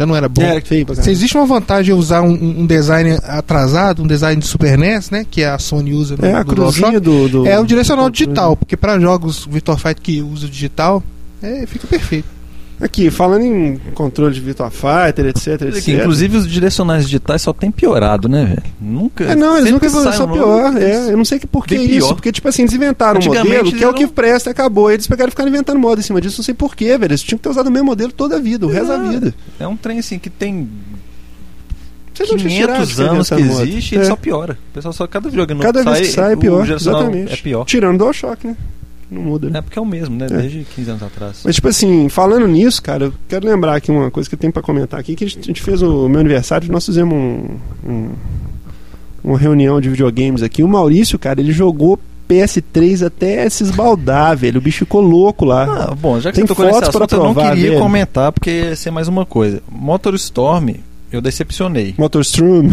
S1: já não era bom.
S3: É, era feio pra
S1: Se
S3: caralho.
S1: existe uma vantagem em usar um, um- um design atrasado, um design de Super NES, né, que a Sony usa no
S3: É, a
S1: do DualShock,
S3: cruzinha do, do-
S1: é o direcional
S3: do controle.
S1: digital, porque para jogos Virtua Fighter que usa o digital, é, fica perfeito.
S3: Aqui, falando em controle de Virtua Fighter, etc,
S2: Olha
S3: etc.
S2: aqui, inclusive os direcionais digitais só tem piorado, né, velho? Nunca.
S3: É, não, eles
S2: sempre
S3: nunca
S2: sai
S3: evoluíram, só
S2: um
S3: pior.
S2: novo,
S3: É, eu não sei que por que
S2: Bem
S3: isso.
S2: pior.
S3: Porque, tipo assim, eles inventaram um
S2: Antigamente,
S3: modelo que
S2: eles
S3: é o que
S2: eram-
S3: presta e acabou. Eles pegaram e ficaram inventando moda em cima disso. Não sei por quê, velho. Eles tinham que ter usado o mesmo modelo toda a vida, o resto da
S2: Não,
S3: vida.
S2: É um trem assim que tem
S3: Vocês não tinham tirado de
S2: 500
S3: ficar
S2: anos que
S3: inventando moda.
S2: existe e
S3: É.
S2: ele só piora. O pessoal só cada jogo novo
S3: Cada vez que sai é
S2: o
S3: pior,
S2: geracional
S3: exatamente.
S2: É pior.
S3: Tirando o DualShock, né? Não muda, né?
S2: É porque é o mesmo, né?
S3: É.
S2: Desde 15 anos atrás.
S3: Mas, tipo assim, falando nisso, cara, eu quero lembrar aqui uma coisa que eu tenho pra comentar aqui, que a gente, a gente fez o meu aniversário, nós fizemos um, um- uma reunião de videogames aqui. O Maurício, cara, ele jogou PS3 até se esbaldar, velho. O bicho ficou louco lá.
S2: Ah, bom, já que
S3: Tem
S2: você tocou nesse
S3: fotos pra
S2: assunto, eu não
S3: provar,
S2: queria
S3: velho.
S2: comentar, porque ia ser mais uma coisa. Motor Storm, eu decepcionei.
S3: Motorstrom.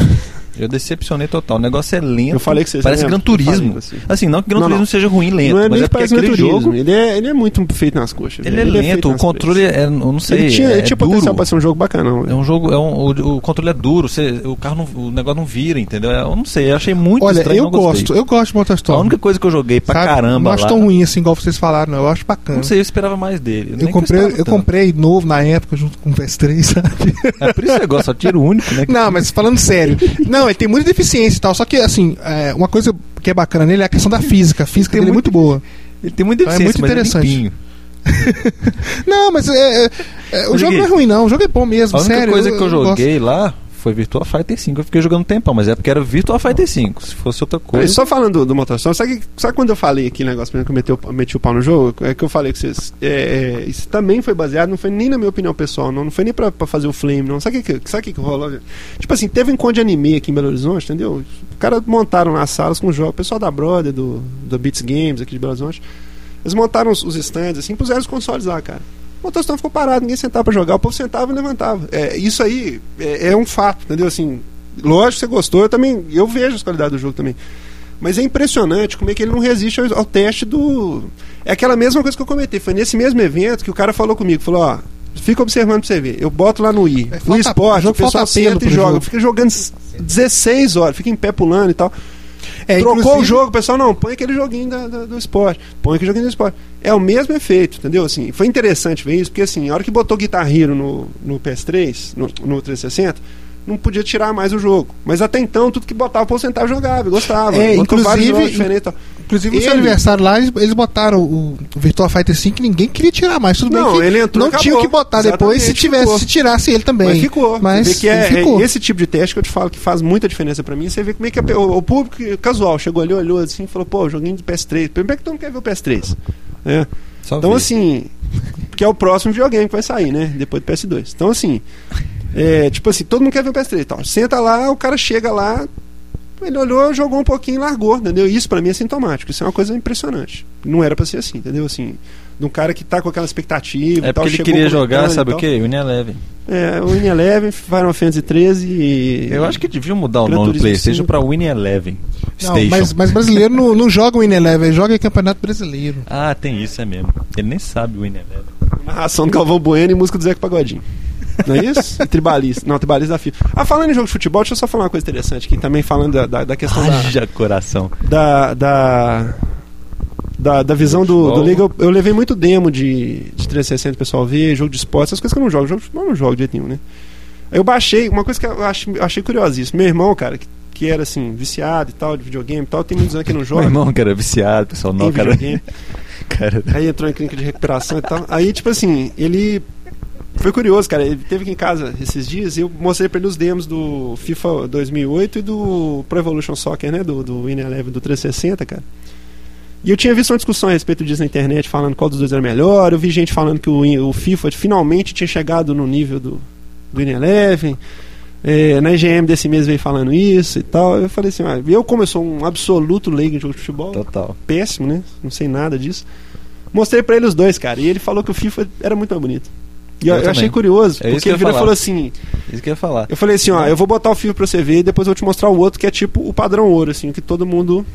S2: Eu decepcionei total. O negócio é lento.
S3: Eu falei que vocês
S2: Parece
S3: lembram?
S2: Gran Turismo.
S3: Eu falei com você.
S2: Assim, não que Gran
S3: Não,
S2: Turismo
S3: não.
S2: seja ruim e lento,
S3: não é
S2: mas
S3: nem
S2: é porque
S3: parece Gran
S2: aquele
S3: Turismo.
S2: jogo.
S3: Ele, é, ele é muito feito nas coxas.
S2: Ele,
S3: velho.
S2: é
S3: feito
S2: lento, o
S3: nas
S2: controle
S3: coxas.
S2: é. Eu não sei.
S3: Ele tinha,
S2: é,
S3: ele tinha
S2: é duro.
S3: potencial pra ser um jogo bacana. velho.
S2: É um jogo, é um, o, o controle é duro, você- o carro não- o negócio não vira, entendeu? É, Eu não sei, eu achei muito
S1: Olha,
S2: estranho,
S1: eu
S2: não gostei.
S1: gosto, eu gosto de Motor
S2: A
S1: Storm.
S2: única coisa que eu joguei pra
S1: sabe?
S2: caramba
S1: Não acho
S2: lá,
S1: tão ruim assim, igual vocês falaram, não. Eu acho bacana.
S3: né?
S2: não sei, eu esperava mais dele. nem que
S1: Eu comprei,
S2: esperava
S1: eu
S2: tanto.
S1: comprei novo na época junto com o PS3, sabe?
S2: É por isso que você gosta, só tiro único, né?
S1: Não, mas falando sério. Não, ele tem muita deficiência e tal. Só que, assim, é, uma coisa que é bacana nele é a questão da física. A física
S2: Tem
S1: dele
S2: muito-
S1: é muito boa.
S2: Ele tem muita
S3: Então
S1: É muito
S2: deficiência, mas
S1: interessante.
S2: ele é limpinho.
S1: Não, mas é, é, é, o
S2: Mas,
S1: jogo
S2: Gui,
S1: não é ruim, não. O jogo é bom mesmo,
S2: A única
S1: sério.
S2: coisa que eu
S1: gosto.
S2: joguei lá foi Virtua Fighter 5. Eu fiquei jogando um tempão, mas é porque era Virtua Fighter 5. Se fosse outra
S3: Aí,
S2: coisa.
S3: só falando do, do Motorstorm, sabe, que- sabe quando eu falei aquele negócio pra mim que eu meti o, meti o pau no jogo? É que eu falei que vocês. é, é, isso também foi baseado, não foi nem na minha opinião pessoal, não, não foi nem pra, pra fazer o flame, não. Sabe o que, que- sabe o que, que rolou? velho? Tipo assim, teve um encontro de anime aqui em Belo Horizonte, entendeu? Os caras montaram nas salas com jogos, o pessoal da Brother, do, do Beats Games aqui de Belo Horizonte. Eles montaram os, os stands assim, puseram os consoles lá, cara. O Motorstorm ficou parado, ninguém sentava pra jogar, o povo sentava e levantava. É, isso aí é, é um fato, entendeu? Assim, lógico, você gostou, eu também. Eu vejo as qualidades do jogo também. Mas é impressionante como é que ele não resiste ao, ao teste do. É aquela mesma coisa que eu comentei. Foi nesse mesmo evento que o cara falou comigo, falou, ó. Fica observando pra você ver. Eu boto lá no i
S1: É,
S3: no
S1: falta-
S3: esporte, o
S1: jogo falta
S3: pessoal
S1: apelo
S3: senta e
S1: pro
S3: joga.
S1: jogo.
S3: Fica jogando s- 16 horas, fica em pé pulando e tal.
S1: É,
S3: Trocou
S1: inclusive-
S3: o jogo, o pessoal, não, põe aquele joguinho da- da- do esporte, põe aquele joguinho do esporte. É o mesmo efeito, entendeu? Assim, foi interessante ver isso, porque assim, a hora que botou Guitar Hero no, no PS3, no, no 360, não podia tirar mais o jogo. Mas até então, tudo que botava pra eu sentar, eu jogava, eu gostava.
S1: É,
S3: Botou vários
S1: inclusive-
S3: jogos diferentes e tal.
S1: Inclusive, no seu
S3: Ele-
S1: aniversário lá, eles, eles botaram o o Virtua Fighter 5 que ninguém queria tirar mais. Tudo
S3: Não,
S1: bem que
S3: ele entrou,
S1: não tinha o que
S3: acabou.
S1: botar depois se
S3: Exatamente,
S1: tivesse,
S3: ficou.
S1: se tirasse ele também.
S3: Mas ficou.
S1: Mas
S3: Você vê que é,
S1: ele ficou.
S3: é esse tipo de teste que eu te falo que faz muita diferença pra mim. Você vê como é que a- o, o público casual chegou ali, olhou assim e falou, pô, joguinho do PS3. Por que é que tu não quer ver o PS3? É.
S2: Só
S3: Então
S2: vi.
S3: assim, que é o próximo videogame que vai sair, né? Depois do PS2. Então assim, é, tipo assim, todo mundo quer ver o PS3. Então, senta lá, o cara chega lá, ele olhou, jogou um pouquinho e largou, entendeu? Isso pra mim é sintomático. Isso é uma coisa impressionante. Não era pra ser assim, entendeu? Assim, de um cara que tá com aquela expectativa.
S2: É
S3: e tal,
S2: porque ele
S3: chegou
S2: queria jogar,
S3: comentando e
S2: sabe o
S3: tal.
S2: quê? Unilever.
S3: É, o Win Eleven, Final Fantasy 13 e.
S2: Eu acho que deviam mudar o
S3: Gran
S2: nome do
S3: Turismo
S2: PlayStation
S3: cinco.
S2: pra Win Eleven
S1: Não,
S2: Station.
S1: mas, mas brasileiro não, não joga o Ineleven, joga em Campeonato Brasileiro.
S2: Ah, tem isso, é mesmo. Ele nem sabe o Win Eleven.
S3: Narração do Galvão Bueno e música do Zeca Pagodinho. Não é isso? E tribalista. Não, tribalista da FIFA. Ah, falando em jogo de futebol, deixa eu só falar uma coisa interessante aqui também, falando da, da, da questão da-
S2: Haja coração.
S3: da, da, da, da visão do, do
S2: Futebol.
S3: Liga. Eu, eu levei muito demo de, de 360 pro pessoal ver, jogo de esporte, essas coisas que eu não jogo. Jogo de futebol eu não jogo de jeito nenhum, né? Aí Eu baixei, uma coisa que eu achei, achei curiosíssima. Meu irmão, cara, que, que era assim, viciado e tal, de videogame e tal, tem muitos anos que não
S2: Meu
S3: joga.
S2: irmão, cara, é viciado, pessoal. Não,
S3: em
S2: cara.
S3: videogame.
S2: cara.
S3: Aí entrou em clínica de recuperação e tal. Aí, tipo assim, ele. Foi curioso, cara. Ele teve aqui em casa esses dias e eu mostrei pra ele os demos do FIFA 2008 e do Pro Evolution Soccer, né? Do, do Win Eleven do 360, cara. E eu tinha visto uma discussão a respeito disso na internet, falando qual dos dois era melhor. Eu vi gente falando que o, Win- o FIFA finalmente tinha chegado no nível do, do Win Eleven. É, na IGM desse mês veio falando isso e tal. Eu falei assim, ah, eu como eu sou um absoluto leigo em jogo de futebol,
S2: Total.
S3: péssimo, né? Não sei nada disso. Mostrei pra ele os dois, cara. E ele falou que o FIFA era muito mais bonito. E
S2: Eu
S3: eu, eu
S2: também.
S3: achei
S2: É
S3: curioso,
S2: isso que
S3: porque
S2: eu
S3: ele virou
S2: ia
S3: e
S2: falar.
S3: falou assim:
S2: Isso que eu ia falar.
S3: eu falei assim, ó, eu vou botar o FIFA pra você ver e depois eu vou te mostrar o outro que é tipo o padrão ouro, assim, que todo mundo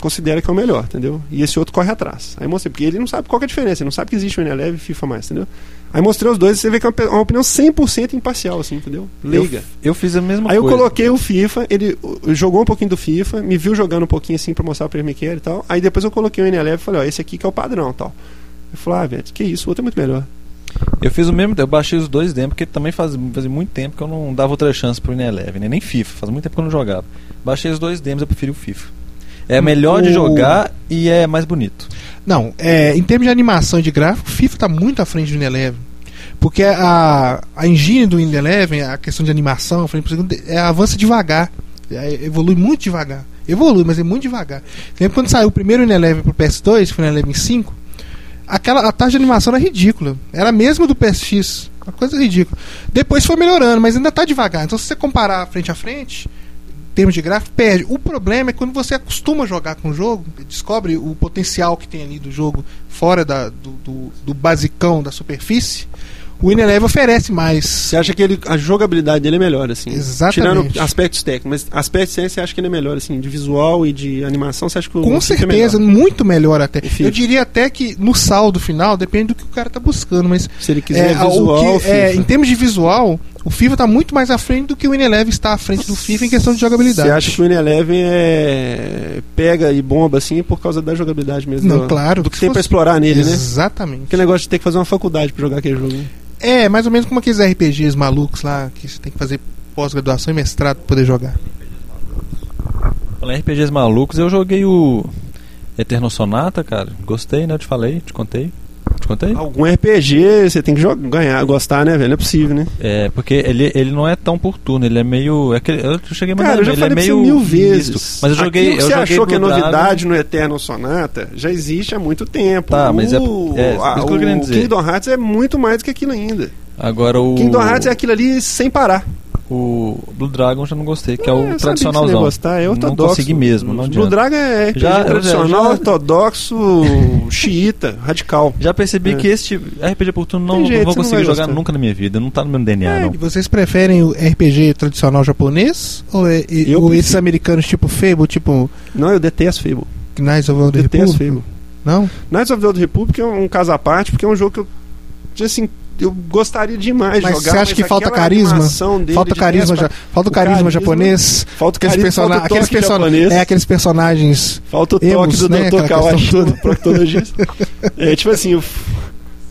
S3: considera que é o melhor, entendeu? E esse outro corre atrás. Aí mostrei, porque ele não sabe qual que é a diferença, ele não sabe que existe o NLEV e FIFA mais, entendeu? Aí mostrei os dois e você vê que é uma pe- uma opinião 100% imparcial, assim, entendeu? Leiga.
S2: Eu, eu fiz a mesma
S3: Aí eu
S2: coisa.
S3: coloquei o FIFA, ele uh, jogou um pouquinho do FIFA, me viu jogando um pouquinho assim pra mostrar pra ele que era e tal. Aí depois eu coloquei o NLF e falei, ó, esse aqui que é o padrão tal. Eu falei, ah, velho, que isso, o outro é muito melhor.
S2: Eu fiz o mesmo, eu baixei os dois demos, porque também faz, faz muito tempo que eu não dava outra chance pro Ineleven, né? nem FIFA, faz muito tempo que eu não jogava. Baixei os dois demos, eu preferi o FIFA. É melhor de
S3: O-
S2: jogar e é mais bonito.
S1: Não, é, em termos de animação e de gráfico, o FIFA tá muito à frente do Ineleven. Porque a, a engine do Ineleven, a questão de animação, eu falei pra você, é, avança devagar. É, evolui muito devagar. Evolui, mas é muito devagar. Lembra quando saiu o primeiro Ineleven pro PS2, que foi o Ineleven 5? Aquela, a taxa de animação era ridícula. Era a mesma do PSX. Uma coisa ridícula. Depois foi melhorando, mas ainda tá devagar. Então, se você comparar frente a frente, em termos de gráfico, perde. O problema é quando você acostuma a jogar com o jogo, descobre o potencial que tem ali do jogo fora da- do, do, do basicão, da superfície, o Ineleve oferece mais.
S3: Você acha que ele, a jogabilidade dele é melhor, assim?
S1: Exatamente.
S3: Tirando aspectos técnicos, mas aspectos técnicos você acha que ele é melhor, assim, de visual e de animação, você acha que o
S1: Com
S3: FIFA é
S1: certeza,
S3: melhor?
S1: muito melhor até.
S3: O FIFA.
S1: Eu diria até que no saldo final, depende do que o cara tá buscando, mas
S3: Se ele quiser
S1: É, o
S3: visual,
S1: que- é,
S3: FIFA.
S1: em termos de visual, o FIFA tá muito mais à frente do que o Ineleve está à frente do FIFA em questão de jogabilidade.
S3: Você acha que o Ineleven é pega e bomba, assim, por causa da jogabilidade mesmo?
S1: Não,
S3: do-
S1: claro.
S3: Do que
S1: Se
S3: tem pra
S1: fosse-
S3: explorar nele, né?
S1: Exatamente.
S3: Aquele negócio de ter que fazer uma faculdade pra jogar aquele jogo. né?
S1: É, mais ou menos como aqueles RPGs malucos lá, que você tem que fazer pós-graduação e mestrado pra poder jogar.
S2: Falando em RPGs malucos, eu joguei o Eterno Sonata, cara. Gostei, né? Eu te falei, te contei. Te contei?
S3: Algum RPG você tem que jogar, ganhar, gostar, né, velho? Não é possível, né?
S2: É, porque ele, ele não é tão por turno, ele é meio. é aquele- eu cheguei a mandar
S3: Cara, eu já
S2: e-mail,
S3: falei
S2: ele
S3: pra
S2: é
S3: você
S2: meio
S3: mil
S2: misto.
S3: vezes.
S2: Mas eu joguei.
S3: Aquilo que
S2: eu
S3: você
S2: joguei
S3: achou que é
S2: Blue Dragon.
S3: novidade no Eternal Sonata já existe há muito tempo.
S2: Tá,
S3: O-
S2: mas é- é,
S3: a-
S2: isso que eu tô querendo
S3: o
S2: dizer.
S3: Kingdom Hearts é muito mais do que aquilo ainda.
S2: Agora o.
S3: Kingdom Hearts é aquilo ali sem parar. Ah,
S2: O Blue Dragon eu já não gostei, que é o
S3: eu sabia que você não
S2: tradicionalzão.
S3: ia gostar, é ortodoxo.
S2: Não consegui mesmo, não
S3: Blue
S2: adianta.
S3: Dragon é RPG
S2: Já-
S3: tradicional,
S2: já-
S3: ortodoxo, xiita, radical.
S2: Já percebi
S3: É.
S2: que tipo, este RPG por turno não,
S3: Tem jeito,
S2: não vou
S3: você não
S2: conseguir
S3: vai
S2: jogar
S3: gostar. É,
S2: nunca na minha vida, não tá no meu DNA, não.
S1: E vocês preferem o RPG tradicional japonês ou, é- e-
S3: Eu
S1: ou
S3: prefiro.
S1: esses americanos tipo Fable, tipo
S3: Não, eu detesto Fable.
S1: Knights of the
S3: Detesto
S1: Republic?
S3: Fable.
S1: Não?
S3: um Knights of the Old Republic é um caso à parte, porque é um jogo que eu. Assim, eu gostaria demais de
S1: Mas
S3: jogar.
S1: você acha que
S3: mas
S1: falta
S3: aquela
S1: carisma?
S3: animação dele
S1: Falta
S3: de
S1: carisma,
S3: dez
S1: já,
S3: pra-
S1: falta
S3: o
S1: carisma,
S3: carisma-
S1: japonês.
S3: Falta o
S1: Aqueles,
S3: carisma,
S1: persona-
S3: falta o
S1: aqueles,
S3: toque
S1: person-
S3: japonês.
S1: é, aqueles personagens.
S3: Falta o toque
S1: Emos,
S3: do
S1: né,
S3: Dr.
S1: aquela questão
S3: Kawashima,
S1: toda.
S3: proctologista. é tipo assim, o f-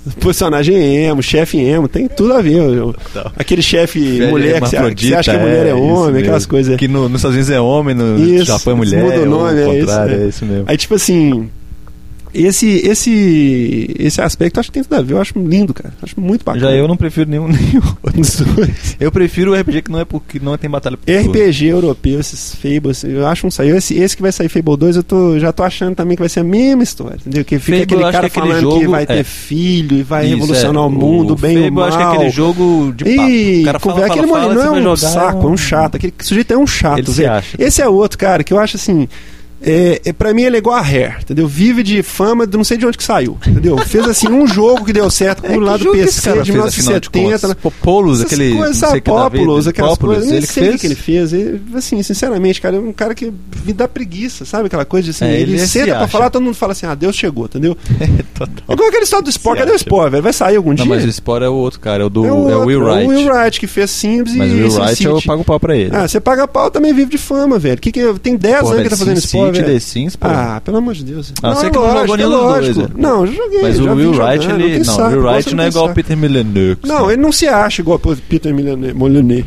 S3: o personagem é emo, chefe emo, tem tudo a ver. o- Aquele chefe
S2: Velho é
S3: mulher que você, acha- que você acha que a mulher é,
S2: hermafrodita, isso
S3: homem, aquelas
S2: mesmo.
S3: coisas.
S2: Que no, nos Estados Unidos é homem, no
S3: Isso,
S2: Japão é
S3: isso
S2: mulher,
S3: muda o
S2: ou
S3: nome, é
S2: ao
S3: isso,
S2: contrário,
S3: né?
S2: é isso mesmo.
S3: Aí tipo assim, esse esse esse aspecto eu acho que tem tudo a ver, eu acho lindo, cara. Acho muito bacana.
S2: Já eu né? não prefiro nenhum nem outro.
S3: Os dois.
S2: Eu prefiro o RPG que não é porque não tem batalha por turno.
S3: RPG europeu, esses Fables, eu acho um saiu. Esse, esse que vai sair Fable 2, eu tô, já tô achando também que vai ser a mesma história, entendeu? Que fica
S2: Fable, eu
S3: aquele
S2: acho
S3: cara
S2: que é aquele
S3: falando que
S2: jogo-
S3: vai ter
S2: é.
S3: filho e vai
S2: Isso,
S3: revolucionar
S2: é.
S3: o mundo, bem
S2: Fable,
S3: ou mal.
S2: eu acho que é aquele jogo de papo.
S3: Ih,
S2: o cara fala,
S3: conver-
S2: fala,
S3: aquele
S2: fala,
S3: mole-
S2: você
S3: não
S2: vai
S3: é um
S2: jogar,
S3: saco, é um chato. Aquele sujeito é um chato,
S2: Ele se
S3: velho.
S2: acha.
S3: Esse é outro, cara, que eu acho assim. É, é, pra mim ele é igual a Rare, entendeu? Vive de fama, de não sei de onde que saiu, entendeu? Fez assim um jogo que deu certo por
S2: É, que
S3: lá do
S2: jogo que esse
S3: PC
S2: cara
S3: de
S2: fez, afinal de
S3: 1970.
S2: contas? Popoulos,
S3: né? Essas
S2: aquele.
S3: coisas,
S2: não sei o que da vida,
S3: Populous, aquelas
S2: Popoulos,
S3: coisas, eu
S2: ele
S3: nem
S2: que
S3: sei o
S2: fez.
S3: que, ele fez. E, assim, sinceramente, cara, é um cara que me dá preguiça, sabe? Aquela coisa de assim,
S2: É,
S3: ele,
S2: ele se
S3: senta pra
S2: acha.
S3: falar, todo mundo fala assim, ah, Deus chegou, entendeu? É
S2: Total.
S3: igual aquele estado do
S2: Se
S3: Spore, cadê o
S2: acha.
S3: Spore, velho? Vai sair algum
S2: Não,
S3: dia?
S2: mas o Spore é o outro cara, é o do. É
S3: o
S2: o,
S3: outro,
S2: Will Wright.
S3: O Will Wright que fez Sims
S2: Mas o
S3: e
S2: Will
S3: Sin
S2: Wright
S3: City.
S2: eu pago o pau pra ele.
S3: Ah, você paga pau, também vive de fama, velho. Que que, tem 10
S2: Porra,
S3: anos que
S2: velho,
S3: tá fazendo
S2: Sin
S3: Spore,
S2: City,
S3: velho.
S2: The Sims, pô.
S3: Ah, pelo amor de Deus.
S2: Ah, você que não
S3: é
S2: jogou nenhum dos
S3: lógico.
S2: dois, né?
S3: Não, eu joguei.
S2: mas
S3: já
S2: o
S3: vi
S2: Will
S3: jogando, né?
S2: Wright,
S3: tem
S2: ele. Não, o
S3: saco,
S2: Will
S3: gosto
S2: Wright não é
S3: tem
S2: igual
S3: saco.
S2: o Peter Milleneux.
S3: Não, ele não se acha igual o Peter Milane- Molinet.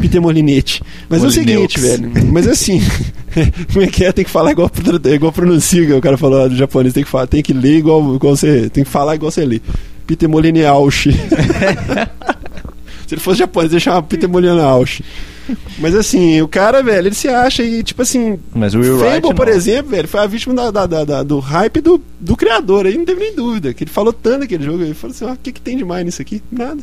S3: Peter Molinete. Mas é o
S2: Molineux.
S3: seguinte, velho. Mas assim, como é que é? Tem que falar igual, pro- igual pronuncia, que o cara falou ah, do japonês. Tem que, falar, tem que ler igual, igual você. Tem que falar igual você lê. Peter Molineux Alche. Se ele fosse japonês, ele chamava Peter Molineux Alche. Mas assim, o cara, velho, ele se acha e, tipo assim,
S2: Mas o Will
S3: Fable,
S2: Wright. não.
S3: por exemplo, velho, foi a vítima da- da- da- da- do hype do, do criador, aí não teve nem dúvida. Que ele falou tanto daquele jogo, ele falou assim, ah, o que, que tem demais nisso aqui? Nada,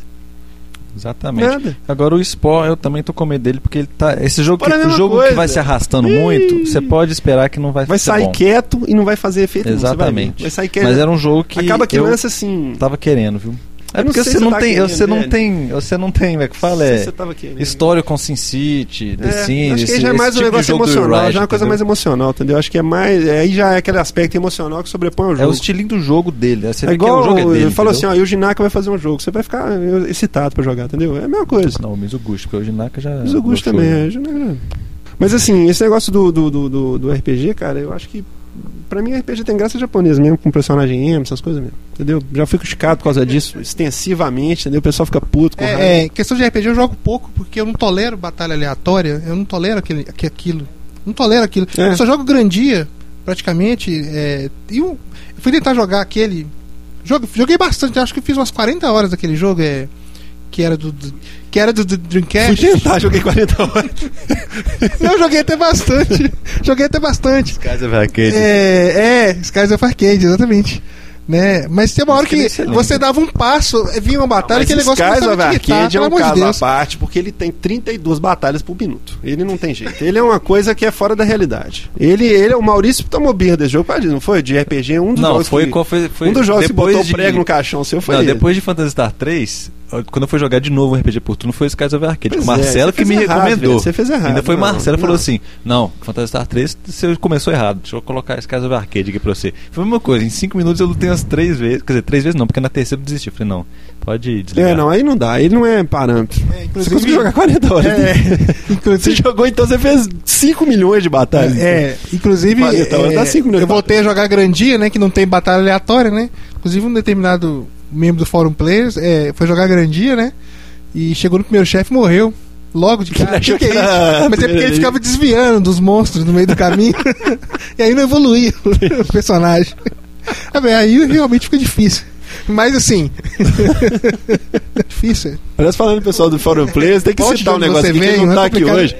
S2: Exatamente.
S3: nada.
S2: Agora o Spore, eu também tô com medo dele, porque ele tá. Esse jogo, que,
S3: Olha a
S2: o
S3: mesma
S2: jogo
S3: coisa.
S2: que vai se arrastando
S3: Ih.
S2: muito, você pode esperar que não vai,
S3: Vai
S2: ser
S3: sair
S2: é bom.
S3: quieto e não vai fazer efeito nenhum, você vai ver.
S2: Exatamente.
S3: Vai sair quieto.
S2: Mas era um jogo que.
S3: Acaba que
S2: eu
S3: lança assim...
S2: tava querendo, viu? É
S3: Eu não
S2: porque
S3: sei
S2: você
S3: se
S2: não
S3: tá
S2: tem.
S3: querendo,
S2: Você não
S3: velho.
S2: tem. Você não tem, como é que fala?
S3: não sei
S2: É.
S3: se você tava querendo.
S2: História com Sin City, The
S3: É,
S2: Sims,
S3: acho que aí
S2: esse-
S3: já é
S2: esse
S3: mais um
S2: tipo de
S3: negócio
S2: jogo do
S3: emocional,
S2: Riot,
S3: já é uma coisa
S2: entendeu?
S3: mais emocional, entendeu? Acho que é mais... Aí já é aquele aspecto emocional que sobrepõe o
S2: É o
S3: jogo.
S2: estilinho do jogo dele. né? Você
S3: É
S2: vê que
S3: igual,
S2: o jogo é dele.
S3: ele falou assim,
S2: entendeu?
S3: ó, e o Jinaka vai fazer um jogo, você vai ficar eh, excitado pra jogar, entendeu? É a mesma coisa.
S2: Não, o Mizuguchi, porque o Jinaka já.
S3: Mas eu gosto
S2: broxou,
S3: também,
S2: né?
S3: é, já não é grande. Mas assim, esse negócio do, do, do, do- do RPG, cara, eu acho que. Pra mim, RPG tem graça japonesa mesmo, com personagem emo, essas coisas mesmo. Entendeu? Já fico esticado por causa disso, extensivamente, entendeu? O pessoal fica puto com raiva.
S1: É, é, questão de RPG eu jogo pouco, porque eu não tolero batalha aleatória, eu não tolero aquele, aque- aquilo. Não tolero aquilo.
S3: É.
S1: Eu só jogo Grandia, praticamente. é, e um- eu fui tentar jogar aquele. Jogo, joguei bastante, acho que eu fiz umas 40 horas daquele jogo, é, que era do, do- que era do, do
S3: Fui
S1: Dreamcast.
S3: tentar, joguei 40 horas.
S1: Não, eu joguei até bastante. joguei até bastante. É, é, Skies of Arcade, exatamente. Né? Mas tem uma hora que
S2: Excelente.
S1: você dava um passo, vinha uma batalha,
S3: é Mas
S1: aquele
S3: esse
S1: negócio
S3: caso
S1: começava a
S3: da
S1: te irritar,
S3: Arcade é
S1: pelo
S3: um
S1: amor de
S3: caso à
S1: Deus.
S3: parte, porque ele tem 32 batalhas por minuto. Ele não tem jeito. Ele é uma coisa que é fora da realidade. Ele, ele é o Maurício tomou birra desse jogo, não foi? De RPG, um dos
S2: Não,
S3: jogos
S2: foi,
S3: que...
S2: qual foi, foi
S3: Um dos jogos que
S2: depois
S3: botou
S2: de-
S3: o prego no caixão seu foi
S2: Não,
S3: ele.
S2: depois de Phantasy Star 3, eu- quando eu fui jogar de novo um RPG por turno, foi Skies of Arcade.
S3: Pois
S2: o
S3: é,
S2: Marcelo
S3: você
S2: que
S3: fez
S2: me
S3: errado,
S2: recomendou.
S3: velho, você fez errado,
S2: Ainda foi o
S3: não,
S2: Marcelo que falou
S3: não.
S2: assim: Não, Phantasy Star 3, você começou errado. Deixa eu colocar Skies of Arcade aqui pra você. Foi a mesma coisa, em 5 minutos eu lutei umas 3 vezes. Quer dizer, 3 vezes não, porque na terceira eu desisti. Eu falei: Não, pode desligar.
S3: É, não, aí não dá. Ele não é parâmetro.
S1: É,
S3: Você
S1: inclusive- é,
S3: conseguiu jogar 40 horas. Você
S1: Inclusive,
S3: jogou, então você fez 5 milhões de batalhas.
S1: É, inclusive,
S3: Valeu, tá,
S1: é,
S3: dá cinco minutos.
S1: eu voltei a jogar Grandia, né? Que não tem batalha aleatória, né? Inclusive, um determinado membro do Fórum Players é, foi jogar Grandia, né? E chegou no primeiro chefe e morreu. Logo de cara.
S3: achou
S1: que, que é
S3: que
S1: isso?
S3: era
S1: Mas é
S3: a
S1: porque
S3: primeira
S1: ele
S3: vez.
S1: ficava desviando dos monstros no meio do caminho. e aí não evoluía o personagem. Ah, bem, aí realmente fica difícil. Mas assim. é difícil.
S3: Aliás, falando do pessoal do Forum Players, tem que
S1: Volte
S3: citar um
S1: de onde
S3: negócio
S1: você
S3: aqui, que
S1: vem,
S3: ele
S1: não
S3: não
S1: é
S3: tá aqui
S1: complicado.
S3: hoje.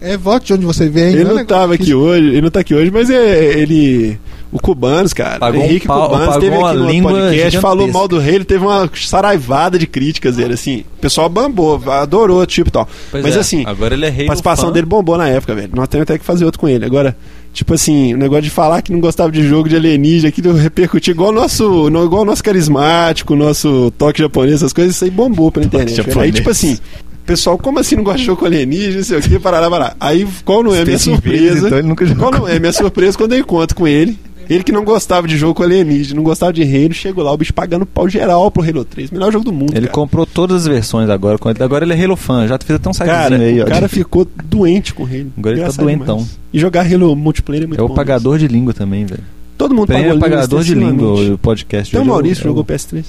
S1: É, vote de onde você vem. é
S3: Ele
S1: um
S3: não
S1: negócio
S3: tava aqui hoje, ele não tá aqui hoje, mas é, ele. O Cubanos, cara.
S2: Pagou um
S3: Henrique
S2: pau-
S3: Cubanos
S2: pagou
S3: teve
S2: uma
S3: aqui no
S2: língua
S3: podcast,
S2: gigantesca.
S3: falou mal do rei, ele teve uma saraivada de críticas dele, assim. O pessoal bambou, adorou, tipo e tal.
S2: Pois
S3: mas
S2: é,
S3: assim,
S2: agora ele é rei.
S3: A participação
S2: fã.
S3: dele bombou na época, velho. Nós temos até que fazer outro com ele. Agora, tipo assim, o negócio de falar que não gostava de jogo de alienígena, aquilo repercutir igual o nosso, no- igual o nosso carismático, o nosso toque japonês, essas coisas, isso aí bombou pela internet. velho. Aí,
S2: japonês.
S3: tipo assim, pessoal, como assim não gosta de jogo com alienígena, não sei o que, parará, parará. Aí, qual não é a minha
S2: Space Invaders,
S3: surpresa?
S2: então ele nunca jogou.
S3: Qual não é a minha surpresa quando eu encontro com ele? Ele que não gostava de jogo alienígena, não gostava de Halo, chegou lá, o bicho pagando pau geral pro Halo 3. Melhor jogo do mundo.
S2: Ele
S3: cara.
S2: comprou todas as versões agora. com ele- Agora ele é Halo fã. Já fez até um sitezinho
S3: Cara,
S2: aí, ó.
S3: o cara ficou doente com o Halo.
S2: Agora ele tá
S3: Engraçado demais.
S2: doentão.
S3: E jogar Halo multiplayer é muito
S2: É o
S3: bom,
S2: pagador de língua também, velho.
S3: mas Todo mundo
S2: Tem
S3: pagou
S2: o
S3: língua
S2: pagador de língua
S3: extensivamente.
S2: o podcast. de
S3: Até o
S2: hoje é é
S3: Maurício
S2: o-
S3: jogou PS3.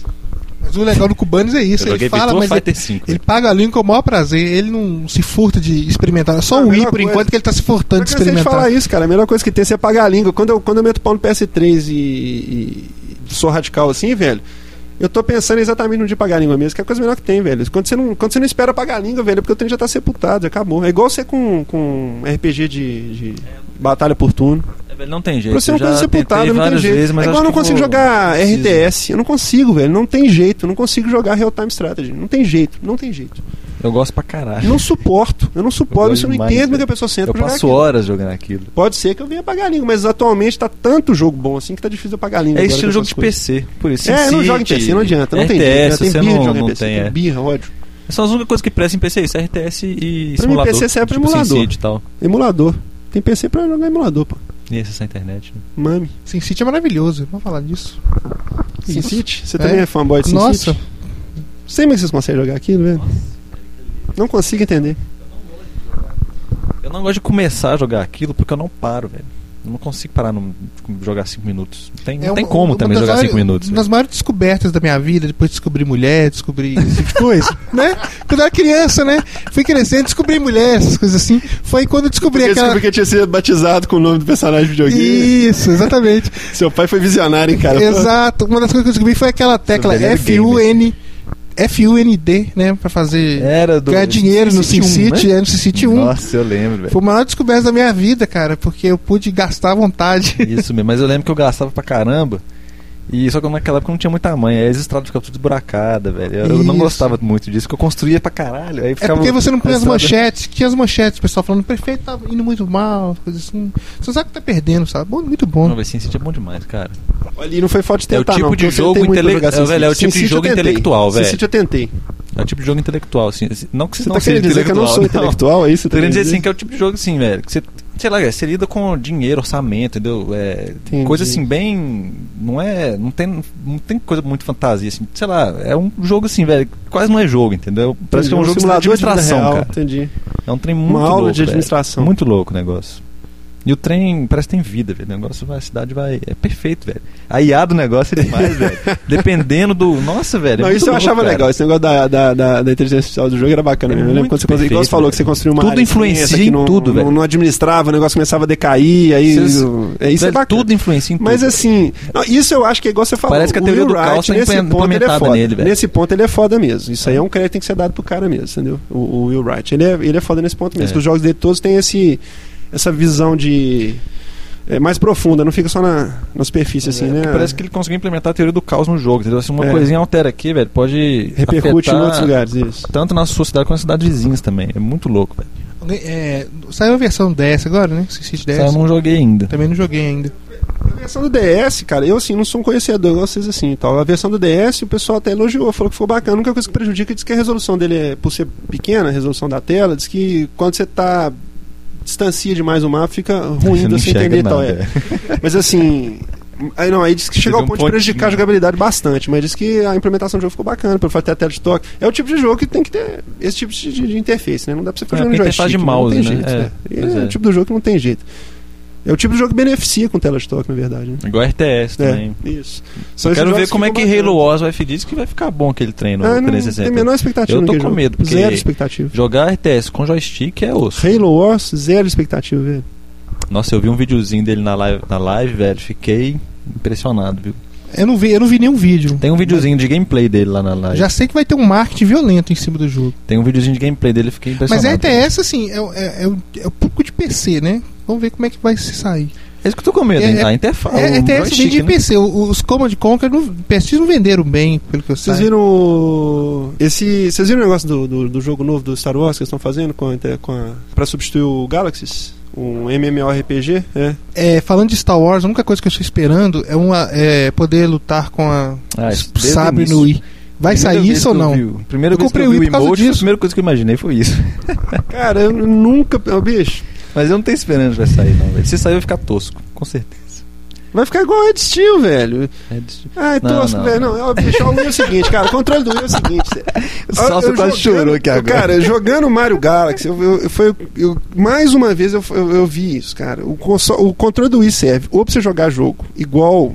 S1: Mas o legal do Cubanos é
S2: Eu
S1: isso, ele
S2: joguei
S1: fala,
S2: Virtua
S1: mas ele,
S2: Fighter 5.
S1: ele paga a língua com o maior prazer, ele não se furta de experimentar. É
S3: Ah,
S1: só o Wii,
S3: mesma
S1: por
S3: coisa.
S1: enquanto, que ele tá se
S3: Eu
S1: furtando de
S3: cansei de
S1: experimentar.
S3: falar isso, cara. A melhor coisa que tem é você pagar a língua. Quando eu, quando eu meto pau no PS3 e, e- e sou radical assim, velho, eu tô pensando exatamente no de pagar a língua mesmo, que é a coisa melhor que tem, velho. Quando você não, quando você não espera pagar a língua, velho, é porque o trem já tá sepultado, já acabou. É igual você com, com RPG de, de batalha por turno.
S2: É, velho, Não tem jeito.
S3: Pra você
S2: eu
S3: não
S2: já
S3: coisa
S2: tentei
S3: sepultada, não tem
S2: várias
S3: jeito.
S2: vezes, mas acho
S3: é igual eu não
S2: que eu
S3: consigo
S2: vou-
S3: jogar
S2: preciso.
S3: RTS. Eu não consigo, velho. Não tem jeito. Eu não consigo jogar Real Time Strategy. Não tem jeito. Não tem jeito.
S2: Eu gosto pra caralho.
S3: Não suporto. Eu não suporto.
S2: gosto
S3: Isso eu não
S2: demais,
S3: entendo como é que
S2: velho.
S3: a pessoa senta
S2: Eu
S3: pra jogar
S2: passo
S3: aquilo.
S2: horas jogando aquilo.
S3: Pode ser que eu venha pagar a língua, mas atualmente tá tanto jogo bom assim que tá difícil eu pagar a língua.
S2: É
S3: agora
S2: estilo
S3: com
S2: jogo
S3: essas
S2: de
S3: coisas.
S2: PC, por isso.
S3: É, não
S2: SimCity,
S3: joga em PC, não adianta. Não
S2: RTS,
S3: tem jeito. né?
S2: você
S3: Tem birra de
S2: não,
S3: jogar em
S2: não
S3: PC.
S2: tem,
S3: Tem
S2: é.
S3: birra, ódio.
S2: São as únicas coisas que prestam em PC, isso, RTS e
S3: Pra mim,
S2: simulador.
S3: PC serve pra
S2: tipo
S3: emulador.
S2: SimCity e tal.
S3: Emulador. Tem PC pra jogar emulador, pô.
S2: E esse é essa internet. né?
S3: Mami.
S1: SimCity é maravilhoso, vamos falar disso.
S3: SimCity? Você
S1: É.
S3: também é fanboy de SimCity?
S1: Nossa,
S3: Sei como é que vocês conseguem jogar aquilo, velho. Não consigo entender.
S2: Eu não gosto de começar a jogar aquilo porque eu não paro, velho. Eu não consigo parar no jogar 5 minutos. Não tem, não
S1: É
S2: tem
S1: uma-
S2: como
S1: uma
S2: também
S1: das
S2: jogar
S1: maiores-
S2: 5 minutos. né?
S1: Uma
S2: velho.
S1: das maiores descobertas da minha vida, depois de descobrir mulher, descobrir esse tipo de coisa, né? Quando eu era criança, né? Fui crescendo, descobri mulher, essas coisas assim. Foi quando eu descobri aquela.
S3: tinha sido batizado com o nome do personagem de
S2: é né?
S1: Isso, exatamente.
S3: Seu pai foi visionário, hein, cara.
S1: Exato. Uma das coisas que eu descobri foi aquela tecla
S2: Seu velho era
S1: F-U-N. F-U-N-D, né? Pra fazer.
S2: Era É, do
S1: ganhar dinheiro no SimCity,
S2: né?
S1: é no SimCity 1.
S2: Nossa, eu lembro, velho.
S1: Foi a maior descoberta da minha vida, cara, porque eu pude gastar à vontade.
S2: Isso mesmo, mas eu lembro que eu gastava pra caramba. E só que naquela época não tinha muito tamanho, aí as estradas ficavam tudo esburacadas, velho. Eu, eu não
S1: Isso.
S2: gostava muito disso, que eu construía pra caralho. Aí
S1: É
S2: ficava
S1: porque você não põe
S2: a
S1: as
S2: estrada-
S1: manchetes, que tinha as manchetes, o pessoal falando, o prefeito tá indo muito mal, coisa assim. Você sabe que tá perdendo, sabe? Bom, muito
S2: Não,
S1: bom.
S2: velho, SimCity é bom demais, cara.
S3: Olha, e não foi falta de
S2: É o
S3: tentar,
S2: tipo
S3: não,
S2: de
S3: porque eu
S2: jogo
S3: tentei muito pra
S2: intele- é,
S3: jogar
S2: velho,
S3: SimCity.
S2: é o tipo de
S3: SimCity eu
S2: jogo
S3: tentei.
S2: intelectual, velho.
S3: SimCity eu tentei.
S2: É o tipo de jogo intelectual, assim. Não que você,
S3: Você
S2: não
S3: tá
S2: seja né?
S3: querendo dizer que eu não sou
S2: não.
S3: intelectual, é isso?
S2: Tô querendo dizer assim, que é o tipo de jogo assim, velho. Que você, sei lá, você lida com dinheiro, orçamento, entendeu? É,
S3: Entendi.
S2: coisa assim, bem. Não é. Não tem, não tem coisa muito fantasia, assim. Sei lá, é um jogo assim, velho. que Quase não é jogo, entendeu? Parece que é um jogo de administração, cara.
S3: Entendi.
S2: É um trem muito
S3: Uma aula
S2: louco.
S3: de
S2: velho.
S3: administração.
S2: Muito louco o negócio. E o trem parece que tem vida, velho. O negócio vai, a cidade vai. É perfeito, velho. A IA do negócio é demais, velho. Dependendo do. Nossa, velho. é
S3: Não,
S2: muito
S3: isso eu
S2: louco,
S3: achava
S2: cara.
S3: legal. Esse negócio da, da, da, da inteligência artificial do jogo era bacana.
S2: É
S3: mesmo. eu
S2: muito
S3: lembro quando você, construiu- igual você
S2: perfeito,
S3: falou
S2: velho.
S3: que você construiu uma
S2: Tudo
S3: área
S2: influencia
S3: imensa que
S2: em
S3: não,
S2: tudo,
S3: não,
S2: velho.
S3: não administrava, o negócio começava a decair, aí...
S2: Vocês-
S3: é, isso é
S2: Velho,
S3: bacana.
S2: tudo influencia em tudo.
S3: Mas assim, não, isso eu acho que é igual você falou.
S2: Parece que a
S3: o
S2: teoria
S3: Will
S2: do caos tá
S3: nesse
S2: implementada
S3: ponto, ele é foda.
S2: nele, velho.
S3: Nesse ponto ele é foda mesmo. Isso aí é um crédito que tem que ser dado pro cara mesmo, entendeu? O, o Will Wright. Ele é, ele é foda nesse ponto mesmo.
S2: É.
S3: que Os jogos dele todos têm esse, essa visão de. É, mais profunda, não fica só na, na superfície, assim,
S2: É,
S3: né?
S2: Parece que ele conseguiu implementar a teoria do caos no jogo, entendeu? Se uma
S3: É.
S2: coisinha altera aqui, velho, pode
S3: repercute em
S2: afetar
S3: outros lugares, isso.
S2: Tanto na sua cidade quanto nas cidades vizinhas também. É muito louco, velho.
S1: Alguém- é, saiu a versão 10 agora, né? SimCity 10.
S2: Só eu não joguei ainda.
S1: Também não joguei ainda.
S3: A versão do DS, cara, eu assim, não sou um conhecedor igual vocês assim e tal. A versão do DS, o pessoal até elogiou, falou que ficou bacana. A única coisa que prejudica diz que a resolução dele é, por ser pequena, a resolução da tela, diz que quando você tá. distancia demais o mapa, fica ruim
S2: Você
S3: de
S2: não
S3: você
S2: enxerga
S3: entender e tal.
S2: nada,
S3: É. Mas assim. Aí não, aí diz que chegou
S2: Teve
S3: ao
S2: um
S3: ponto de prejudicar a
S2: pontinho.
S3: jogabilidade bastante, mas diz que a implementação do jogo ficou bacana, pelo fato de ter a tela de toque. É o tipo de jogo que tem que ter esse tipo de, de- de interface, né? Não dá pra você ficar
S2: É,
S3: jogando
S2: porque tem
S3: joystick,
S2: interface de
S3: não tem
S2: mouse, né?
S3: jeito, né?
S2: É,
S3: É,
S2: pois
S3: o
S2: é.
S3: tipo do jogo que não tem jeito. É o tipo de jogo que beneficia com tela de toque, na verdade, né?
S2: Igual RTS também.
S3: É, isso.
S2: Eu quero ver como é que Halo Wars vai diz que vai ficar bom aquele treino
S3: ah, não, tem a
S2: 360.
S3: menor expectativa.
S2: Eu tô
S3: naquele
S2: com
S3: jogo.
S2: medo, porque-
S3: Zero expectativa.
S2: Jogar RTS com joystick é osso.
S3: Halo Wars, zero expectativa, velho.
S2: Nossa, eu vi um videozinho dele na live, na live, velho. Fiquei impressionado, viu?
S1: Eu não vi, eu não vi nenhum vídeo.
S2: Tem um videozinho de gameplay dele lá na live.
S1: Já sei que vai ter um marketing violento em cima do jogo.
S2: Tem um videozinho de gameplay dele, fiquei
S1: Mas
S3: é
S2: impressionado.
S1: RTS, assim, é, o- é, é o- é o público de PC, né? Vamos ver como é que vai se sair.
S2: É isso que eu tô com medo,
S1: É-
S2: hein?
S1: é-
S2: A interface.
S1: é,
S2: o
S1: RTS vem
S2: joystick,
S1: de
S2: né?
S1: PC. O- Os Command Conquer, não, PSX não venderam bem, pelo que eu sei.
S3: Vocês viram o- esse Vocês viram o negócio do, do, do jogo novo do Star Wars que eles estão fazendo com a, inter- com a, pra substituir o Galaxies? Um MMORPG? É.
S1: É, falando de Star Wars, a única coisa que eu estou esperando é, uma, é poder lutar com a
S2: Ah, isso desde o
S1: sabre
S2: início.
S1: no I. Vai
S2: Primeira
S1: sair
S2: vez
S1: isso
S2: que
S1: ou
S2: eu
S1: não?
S2: vi o- Primeira
S1: Eu
S2: vez que
S1: comprei
S2: eu
S1: o
S2: vi
S1: Wii por
S2: o
S1: causa
S2: emoji, a
S1: disso.
S2: primeira coisa que eu imaginei foi isso.
S3: Cara, eu nunca. Ô, bicho.
S2: Mas eu não tenho esperança que vai sair, não, velho. Se sair, vai ficar tosco, com certeza.
S3: Vai ficar igual o Red Steel, velho.
S2: É de-
S3: Ai,
S2: Não,
S3: tosco,
S2: não,
S3: velho. Não, ó, bicho, ó, o Wii é o seguinte, cara. O controle do Wii é o seguinte. cê-
S2: O Salsa
S3: Ah, eu
S2: quase chorou aqui agora.
S3: Cara, jogando Mario Galaxy, eu, eu, eu- foi, eu- mais uma vez eu, eu, eu vi isso, cara. O, conso- o controle do Wii serve ou pra você jogar jogo igual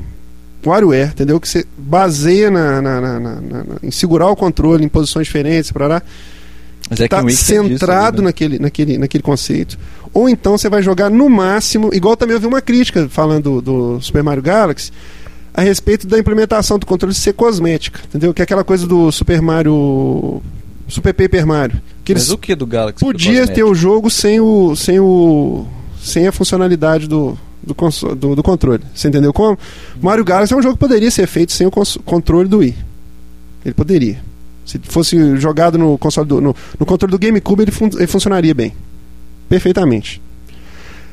S3: WarioWare, entendeu? Que você baseia na, na- na- na- na- na- em segurar o controle em posições diferentes, parará
S2: Mas é que
S3: tá
S2: o Wii tem disso,
S3: centrado
S2: né?
S3: naquele, naquele, naquele conceito. Ou então você vai jogar no máximo, igual também eu vi uma crítica falando do, do Super Mario Galaxy, a respeito da implementação do controle ser cosmética, entendeu? Que é aquela coisa do Super Mario. Super Paper Mario. Que
S2: Mas
S3: eles
S2: o que né? do Galaxy? que
S3: podiam
S2: do
S3: ter o jogo sem o. sem o. sem a funcionalidade do. Do, console, do, do controle. Você entendeu como? Mario Galaxy é um jogo que poderia ser feito sem o cons- controle do Wii. Ele poderia. Se fosse jogado no console do, no, no controle do GameCube, ele, fun- ele funcionaria bem. Perfeitamente.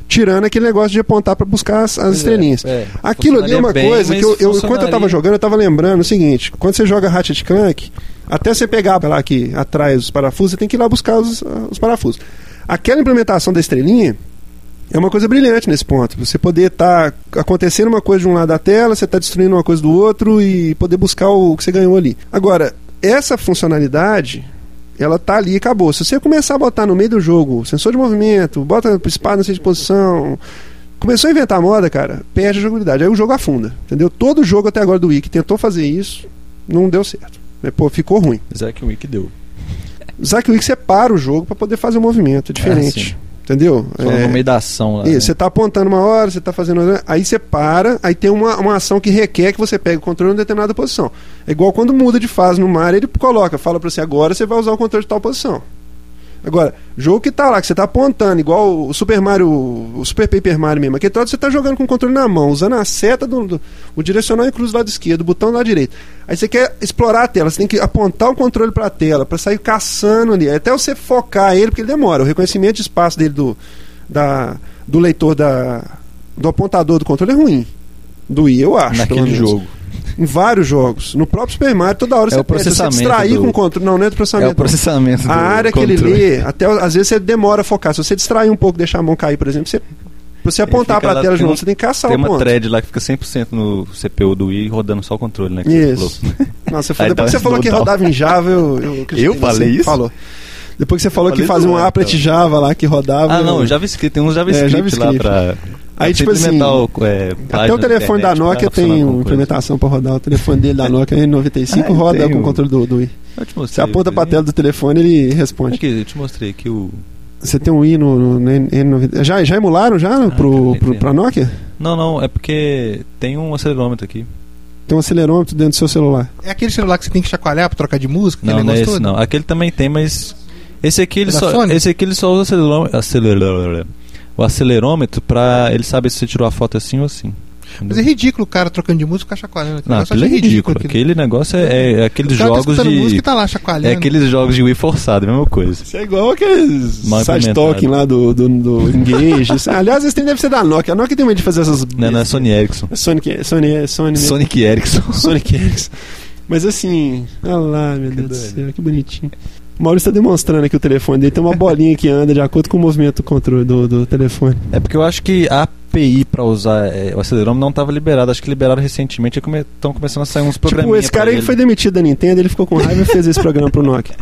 S3: Tirando aquele negócio de apontar para buscar as, as
S2: Pois é,
S3: estrelinhas.
S2: é.
S3: Aquilo ali é uma
S2: Funcionaria bem,
S3: coisa que
S2: mas
S3: eu, eu- enquanto eu
S2: funcionaria.
S3: tava jogando, eu tava lembrando o seguinte: quando você joga Ratchet Clank, até você pegar lá aqui atrás os parafusos, você tem que ir lá buscar os, ah, os parafusos. Aquela implementação da estrelinha é uma coisa brilhante nesse ponto. Você poder estar acontecendo uma coisa de um lado da tela, você tá destruindo uma coisa do outro e poder buscar o, que você ganhou ali. Agora, essa funcionalidade. Ela tá ali e acabou. Se você começar a botar no meio do jogo sensor de movimento, bota espada na sua disposição, Começou a inventar moda, cara, perde a jogabilidade. Aí o jogo afunda, entendeu? Todo jogo até agora do Wii que tentou fazer isso, não deu certo. Mas, Pô, ficou ruim.
S2: Mas é que o Wii que deu.
S3: Zack Wii separa o jogo pra poder fazer um movimento diferente. entendeu?
S2: Ah, Falando
S3: É,
S2: no meio né? da ação lá.
S3: isso, você tá apontando uma hora, você tá fazendo outra, aí você para, aí tem uma, uma ação que requer que você pegue o controle em determinada posição. É igual quando muda de fase no mar, ele coloca, fala pra você, agora você vai usar o controle de tal posição. Agora, jogo que tá lá, que você tá apontando, igual o Super Mario, o Super Paper Mario mesmo, aquele troço você tá jogando com o controle na mão, usando a seta do, do- o direcional e cruz do lado esquerdo, o botão do lado direito. Aí você quer explorar a tela, você tem que apontar o controle pra tela, pra sair caçando ali, até você focar ele, porque ele demora, o reconhecimento de espaço dele do, da, do leitor da, do apontador do controle é ruim. Do I, eu acho. pelo
S2: Naquele
S3: menos.
S2: jogo.
S3: Em vários jogos. No próprio Super Mario, toda hora
S2: É
S3: você
S2: o processamento
S3: se distrair
S2: do-
S3: com o controle. Não, não é do
S2: É
S3: processamento.
S2: o processamento do
S3: a área que ele
S2: controle.
S3: lê, até, às vezes você demora a focar. Se você distrair um pouco, deixar a mão cair, por exemplo, você, pra você apontar
S2: fica
S3: pra
S2: lá,
S3: tela de
S2: tem
S3: novo,
S2: um-
S3: você tem que caçar
S2: Tem
S3: o
S2: uma
S3: ponto.
S2: thread lá que fica 100% no CPU do Wii rodando só o controle, né? que você
S3: Isso.
S2: falou.
S3: Nossa, foi
S2: Aí
S3: depois
S2: dá
S3: que você falou
S2: um
S3: que
S2: down.
S3: rodava em Java, eu. Eu, acreditei
S2: Eu
S3: que
S2: falei
S3: você
S2: isso?
S3: Falou. Depois que você falou que
S2: Falei
S3: fazia um
S2: do Java.
S3: applet Java lá que rodava.
S2: Ah, não,
S3: eu-
S2: JavaScript. Tem uns JavaScript,
S3: um- JavaScript.
S2: lá pra.
S3: Aí,
S2: pra
S3: tipo assim,
S2: implementar o, é,
S3: Até
S2: página
S3: o
S2: da
S3: telefone da
S2: internet pra
S3: Nokia
S2: funcionar
S3: tem um
S2: alguma
S3: uma
S2: coisa.
S3: implementação pra rodar. O telefone dele da Nokia é N95
S2: Ah, ele
S3: roda
S2: tem
S3: com o
S2: o-
S3: controle do, do Wii.
S2: Eu te
S3: Você
S2: mostrei. um-
S3: aponta pra tela do telefone ele responde.
S2: Aqui, eu te mostrei aqui o.
S3: Você tem um Wii no, no- no N- N95. Já, já emularam
S2: Ah,
S3: já pro,
S2: cara,
S3: pro,
S2: tem.
S3: pra Nokia?
S2: Não, não, é porque tem um acelerômetro aqui.
S3: Tem um acelerômetro dentro do seu celular.
S1: É aquele celular que você tem que chacoalhar pra trocar de música, aquele
S2: Não, não é
S1: negócio
S2: esse
S1: todo?
S2: não. Aquele também tem, mas. Esse aqui ele,
S1: É da
S2: só,
S1: Sony?
S2: esse aqui ele só usa acelerô- acelerô- o acelerômetro pra ele saber se você tirou a foto assim ou assim.
S1: Mas é ridículo o cara trocando de música e ficar chacoalhando. aquele
S2: Não,
S1: negócio,
S2: aquilo é
S1: eu achei
S2: ridículo.
S1: aquilo.
S2: Aquele negócio é, é aqueles
S1: O cara tá
S2: jogos
S1: escutando música
S2: de.
S1: e tá lá
S2: É
S1: chacoalhando.
S2: aqueles jogos de Wii forçado, a mesma coisa.
S3: Isso é igual aqueles
S2: Mal
S3: side talking
S2: implementado.
S3: lá do, do, do Engage. Isso- é, Aliás, esse trem deve ser da Nokia. A Nokia tem medo de fazer essas.
S2: Não, não é Sony Ericsson.
S3: É Sonic, Sony, Sony, mesmo.
S2: Sonic Ericsson.
S3: Sonic X. Mas assim, olha lá, meu Deus do
S2: doido.
S3: céu, que bonitinho. O Maurício tá demonstrando aqui o telefone dele, tem uma bolinha que anda de acordo com o movimento do controle do, do telefone. Tipo,
S2: É porque eu acho que a API pra usar é, o acelerômetro não tava liberada. Acho que liberaram recentemente e estão começando a sair uns
S3: Tipo,
S2: programinhos.
S3: esse cara aí que
S2: ele.
S3: foi demitido da Nintendo, ele ficou com raiva e fez esse programa pro Nokia.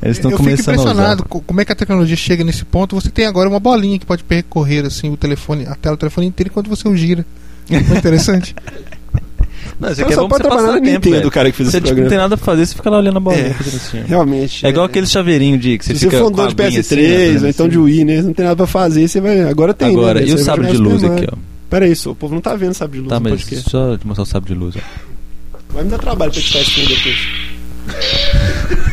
S2: Eles estão
S1: eu fico
S2: começando a usar.
S1: impressionado co- como é que a tecnologia chega nesse ponto. Você tem agora uma bolinha que pode percorrer assim o telefone, a tela do telefone inteiro enquanto você o gira. É Muito interessante.
S2: Não, isso
S3: Cara,
S2: aqui é
S3: só
S2: bom pra
S3: pode
S2: você passar
S3: trabalhar na
S2: tempo,
S3: Nintendo,
S2: velho.
S3: o cara que fez
S2: Você
S3: esse
S2: tipo, não tem
S3: programa.
S2: nada a fazer, você fica lá olhando a bolinha.
S3: É.
S2: fazendo assim, ó.
S3: Realmente.
S2: É igual aquele chaveirinho de que você
S3: Se você
S2: fica
S3: for um
S2: com a
S3: dono de
S2: aguinha assim,
S3: PS3
S2: né,
S3: ou então de
S2: assim.
S3: Wii, né? Não tem nada pra fazer, você vai. Agora tem.
S2: Agora,
S3: né?
S2: e o sabre de luz aqui, ó.
S3: Pera aí, só, o povo não tá vendo o sabre de luz
S2: Tá,
S3: no
S2: mas
S3: podcast.
S2: só te mostrar o sabre de luz, ó.
S3: Vai me dar trabalho pra editar esse filme depois.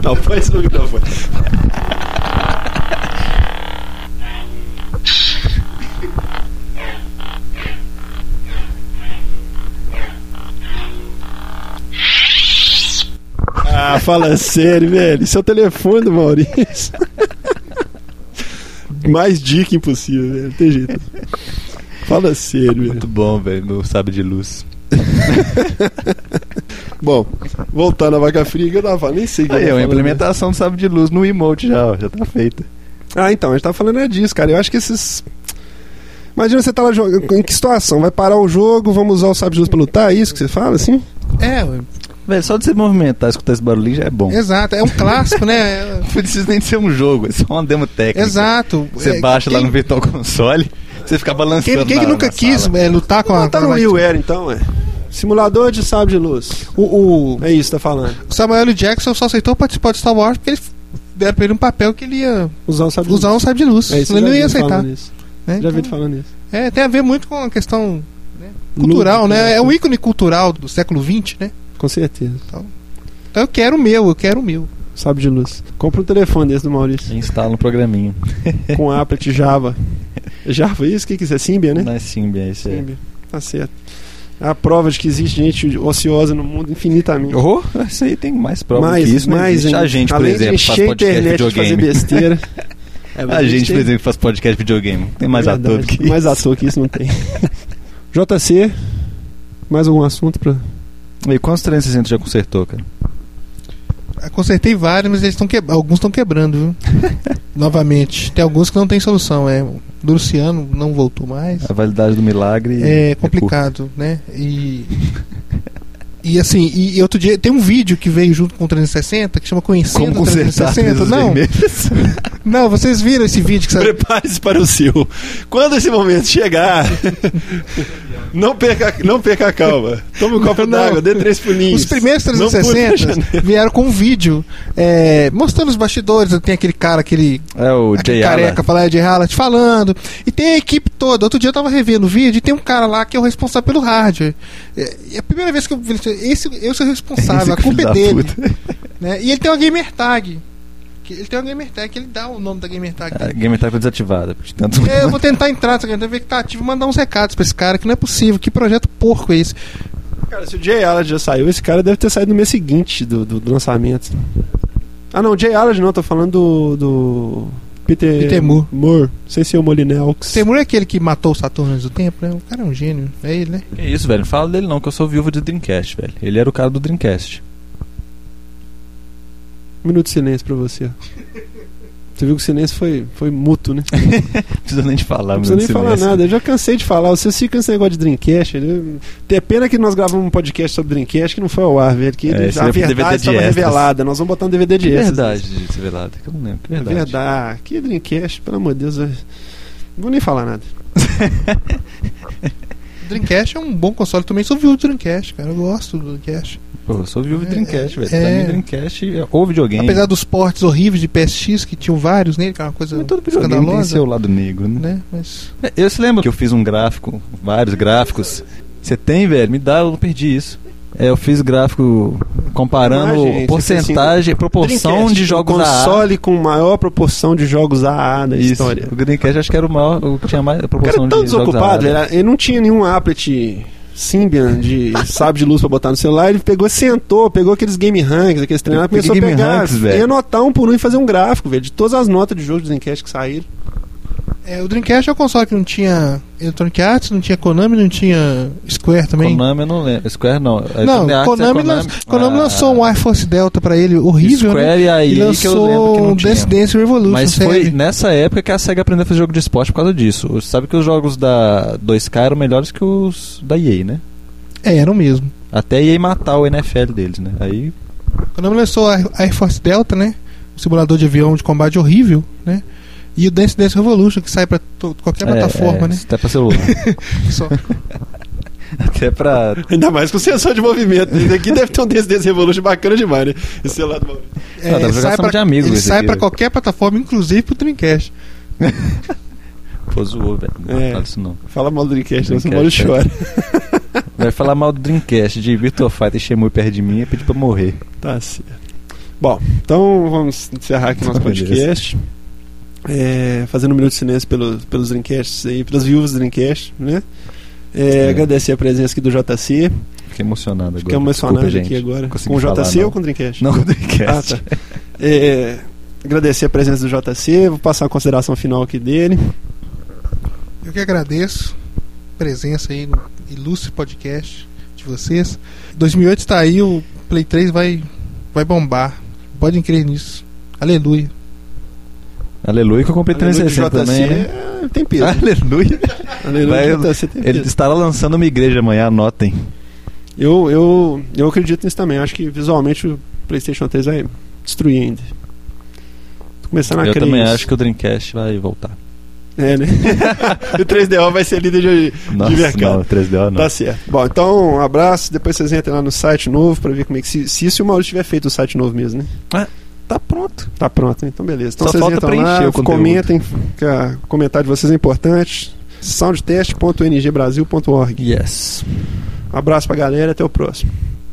S3: Não, põe isso no microfone. Ah, fala sério, velho. Isso é o telefone do Maurício. Mais dica impossível, velho. Não tem jeito. Fala sério, velho.
S2: Muito bom, velho, meu sabre de luz.
S3: Bom, voltando à vaca fria, que eu tava, nem sei o que eu né?
S2: Aí,
S3: tava
S2: ó, a
S3: falando.
S2: implementação do sabre de luz no emote já, ó, já tá feita.
S3: tá Ah, então, a gente tava falando é disso, cara. Eu acho que esses. Imagina você tá lá jogando. Em que situação? Vai parar o jogo, vamos usar o sábio de luz pra lutar? É isso que você fala, assim?
S1: É, ué,
S2: Velho, só de você movimentar e escutar esse barulhinho já é bom.
S1: exato. É um clássico, né? É,
S2: Não precisa nem de ser um jogo, é só uma demo técnica.
S1: exato.
S2: Você
S1: É,
S2: baixa lá
S1: quem-
S2: no Virtual Console, você fica balançando.
S1: Quem, quem que
S2: na-
S1: nunca
S2: na
S1: quis
S2: sala.
S1: é, lutar com a.
S3: Botar
S1: com a
S3: no
S1: Light-
S3: WiiWare então, é. Simulador de sábio de luz.
S1: O, o
S3: É isso que tá falando.
S1: Samuel L. Jackson só aceitou participar de Star Wars porque eles deram pra ele um papel que ele ia
S3: Usar o sábio de luz.
S1: usar um sabre de luz.
S3: É isso,
S1: ele
S3: eu
S1: não
S3: já
S1: ia
S3: vi falando
S1: aceitar.
S3: isso.
S1: né?
S3: Já
S1: Então,
S3: vi ele falando isso.
S1: é, tem a ver muito com a questão cultural,
S3: Lúdico,
S1: né? É um ícone cultural do século XX, né?
S3: Com certeza.
S1: Então eu quero o meu, eu quero o meu.
S3: Sábio de luz. Compra um telefone desse do Maurício.
S2: Instala um programinha.
S1: É.
S3: com applet Java. Java isso? O que que isso é? Symbian, né?
S2: Na Symbian, esse é.
S3: Symbian. Tá certo. É a prova de que existe gente ociosa no mundo infinitamente.
S2: Oh, isso aí tem mais prova
S3: Uhum. mais,
S2: que isso, né?
S3: mais,
S2: Existe
S3: ainda.
S2: a gente, por
S3: Além
S2: exemplo,
S3: de
S2: que faz
S3: encher a
S2: podcast
S3: internet de fazer
S2: videogame.
S3: besteira. É, mas
S2: A gente,
S3: tem-
S2: por exemplo, que faz podcast videogame. Tem mais
S3: Verdade,
S2: ator do que
S3: Mais ator que isso não tem. JC, mais algum assunto pra...
S2: E quantos 360 já consertou, cara?
S1: Eu Consertei vários, mas eles estão quebra... alguns estão quebrando, viu? Novamente. Tem alguns que não tem solução, é. O do Luciano não voltou mais.
S2: A validade do milagre.
S1: É
S2: curta.
S1: complicado, né? E. E assim, e e outro dia tem um vídeo que veio junto com o 360 que chama
S2: Como tá,
S1: Conhecendo o
S2: consertar
S1: 360.
S2: mesas
S1: Não,
S2: vermelhas?
S1: não, vocês viram esse vídeo que saiu.
S3: Prepare-se para o Sil. Quando esse momento chegar, não perca, não perca a calma. Tome um copo
S1: Não.
S3: d'água, dê três pulinhos.
S1: Os primeiros
S3: Não pule na janela.
S1: 360 vieram com um vídeo é, mostrando os bastidores. Tem aquele cara, aquele
S2: É o
S1: aquele
S2: Jay
S1: careca
S2: Allen.
S1: falar de Haaland falando. E tem a equipe toda. Outro dia eu tava revendo o vídeo e tem um cara lá que é o responsável pelo hardware. É, e a primeira vez que eu vi ele, esse eu sou o responsável, a culpa é dele. né? E ele tem uma gamer tag. Que ele tem uma gamer tag, que ele dá o nome da gamer tag.
S2: A
S1: dele.
S2: game tá desativada. porque Tanto...
S1: É, eu vou tentar entrar nessa gamer tag, ver que tá ativo, mandar uns recados pra esse cara, que não é possível, que projeto porco é esse?
S3: Cara, se o Jay Allard já saiu, esse cara deve ter saído no mês seguinte do, do, do lançamento. Ah, não, Jay Allard não, tô falando do. do Peter,
S1: Peter Moore.
S3: Não sei se é o Molineux.
S1: Temur é aquele que matou o Saturno antes do tempo, né? O cara é um gênio, é ele, né?
S2: Que isso, velho. Não fala dele não, que eu sou viúva de Dreamcast, velho. Ele era o cara do Dreamcast.
S3: Um minuto de silêncio pra você. Você viu que o silêncio foi, foi mútuo, né?
S2: Não precisa nem Tá, um de falar,
S3: Não precisa nem
S2: mas
S3: falar
S2: silêncio.
S1: é
S3: nada. Eu já cansei de falar. Vocês ficam nesse negócio de Dreamcast. Né? Tem pena que nós gravamos um podcast sobre Dreamcast que não foi ao ar, velho. Que
S2: É,
S3: eles-
S2: esse
S3: a
S2: era pro DVD
S3: verdade
S2: de
S3: estava
S2: extras.
S3: revelada. Nós vamos botar um DVD de
S2: Que
S3: extras.
S2: É verdade, gente, velado. Que eu não lembro. Que
S3: É
S2: verdade.
S3: verdade. Que Dreamcast, pelo amor de Deus. eu- Não vou nem falar nada.
S1: O Dreamcast é um bom console também, sou viu o Dreamcast, cara, eu gosto do Dreamcast.
S2: Pô, eu sou viúva de
S1: É,
S2: Dreamcast, velho.
S1: é.
S2: Pra mim, Dreamcast é ou videogame.
S1: Apesar dos portes horríveis de PSX, que tinham vários nele, que era uma coisa
S2: Mas todo videogame tem
S1: escandalosa,
S2: seu lado negro, né?
S1: né? Mas...
S2: É, Eu se lembro que eu fiz um gráfico, vários gráficos. Você tem, velho? Me dá, eu não perdi isso. É, eu fiz gráfico comparando
S3: Imagem, você assim,
S2: porcentagem, proporção
S3: Dreamcast,
S2: de jogos
S3: um
S2: AA.
S3: console com maior proporção de jogos AA da
S2: Isso.
S3: história.
S2: O Dreamcast acho que era o maior, o que tinha mais a
S3: O cara
S2: proporção
S3: é tão
S2: de jogos
S3: desocupado,
S2: AA.
S3: velho. Ele é não tinha nenhum applet Symbian de sábio de luz pra botar no celular. Ele pegou, sentou, pegou aqueles game ranks, aqueles treinos,
S2: Eu
S3: começou a
S2: peguei Game
S3: pegar
S2: Ranks,
S3: e
S2: velho.
S3: anotar um por um e fazer um gráfico, velho, de todas as notas de jogo de Dreamcast que saíram.
S1: É, o Dreamcast é um console que não tinha Electronic Arts, não tinha Konami, não tinha Square também.
S2: Konami eu não lembro. Square não. É,
S1: Não,
S2: Konami,
S1: Konami,
S2: Axe, é
S1: lan- Konami lançou um
S2: Ah,
S1: Air Force Delta pra ele, horrível, né?
S2: Square e aí
S1: E
S2: que eu lembro
S1: lançou
S2: que não
S1: um
S2: tinha.
S1: Dance Dance Revolution.
S2: Mas foi né?
S1: sério.
S2: nessa época que a SEGA aprendeu a fazer jogo de esporte por causa disso. Você sabe que os jogos da 2K eram melhores que os da EA, né?
S1: É, era o mesmo.
S2: Até a EA matar o NFL deles, né? Aí
S1: Konami lançou a Air Force Delta, né? Um simulador de avião de combate horrível, né? E o Dance Dance Revolution, que sai pra to- qualquer plataforma,
S2: é,
S1: né?
S2: Até pra celular.
S1: Só.
S2: até pra.
S3: Ainda mais com sensor de movimento. Esse aqui deve ter um desse, desse Revolution bacana demais, né? Esse celular do Maurício.
S2: dá pra jogar
S1: sai
S2: samba
S1: pra,
S2: de amigo
S1: É, ele
S2: esse
S1: sai
S2: aqui,
S1: pra
S2: velho.
S1: qualquer plataforma, inclusive pro Dreamcast.
S2: Pô, zoou, velho. Não
S3: É.
S2: fala isso não.
S3: Fala mal do Dreamcast, né? senão o Maurício
S2: Dreamcast,
S3: chora.
S2: Vai falar mal do Dreamcast de Virtua Fighter e Shemui perto de mim e pedir pra morrer.
S3: Tá certo. Bom, então vamos encerrar aqui nosso
S2: Então, beleza.
S3: podcast. É, fazendo um minuto de silêncio pelo, pelos Dreamcasts aí, pelas viúvas do Dreamcast, né? É,
S2: É.
S3: Agradecer a presença aqui do JC.
S2: Fiquei emocionado agora.
S3: Fiquei emocionado
S2: Desculpa,
S3: aqui
S2: gente.
S3: agora.
S2: Consegui
S3: Com o JC
S2: falar,
S3: ou
S2: não.
S3: com o Dreamcast?
S2: Não, com o Dreamcast.
S3: Ah, tá. É, agradecer a presença do JC. Vou passar a consideração final aqui dele.
S1: Eu que agradeço a presença aí no ilustre podcast de vocês. 2008 está tá aí, o Play 3 vai, vai bombar. Podem crer nisso. Aleluia.
S2: Aleluia que eu comprei
S3: Aleluia de
S2: 360 também,
S3: JC
S2: né?
S3: é- tem peso.
S2: Aleluia.
S3: Aleluia de
S2: Vai-
S3: JC tem
S2: Ele
S3: peso.
S2: estará lançando uma igreja amanhã, anotem.
S3: Eu, eu, eu acredito nisso também. Acho que visualmente o PlayStation 3 vai destruir ainda. Tô começando a
S2: eu
S3: crer
S2: também
S3: nisso.
S2: acho que o Dreamcast vai voltar.
S3: É, né? o 3DO vai ser líder de.
S2: Nossa,
S3: mercado.
S2: não, 3DO não.
S3: Tá certo. Bom, então, um abraço. Depois vocês entram lá no site novo pra ver como é que. Se, se isso o Maurício tiver feito o site novo mesmo, né?
S2: Tá pronto.
S3: Tá pronto, né? então beleza. Então
S2: Só
S3: vocês
S2: falta
S3: entram lá,
S2: preencher o conteúdo.
S3: comentem, que a- o comentário de vocês é importante. Soundtest.ngbrasil.org.
S2: Yes.
S3: Abraço pra galera, até o próximo.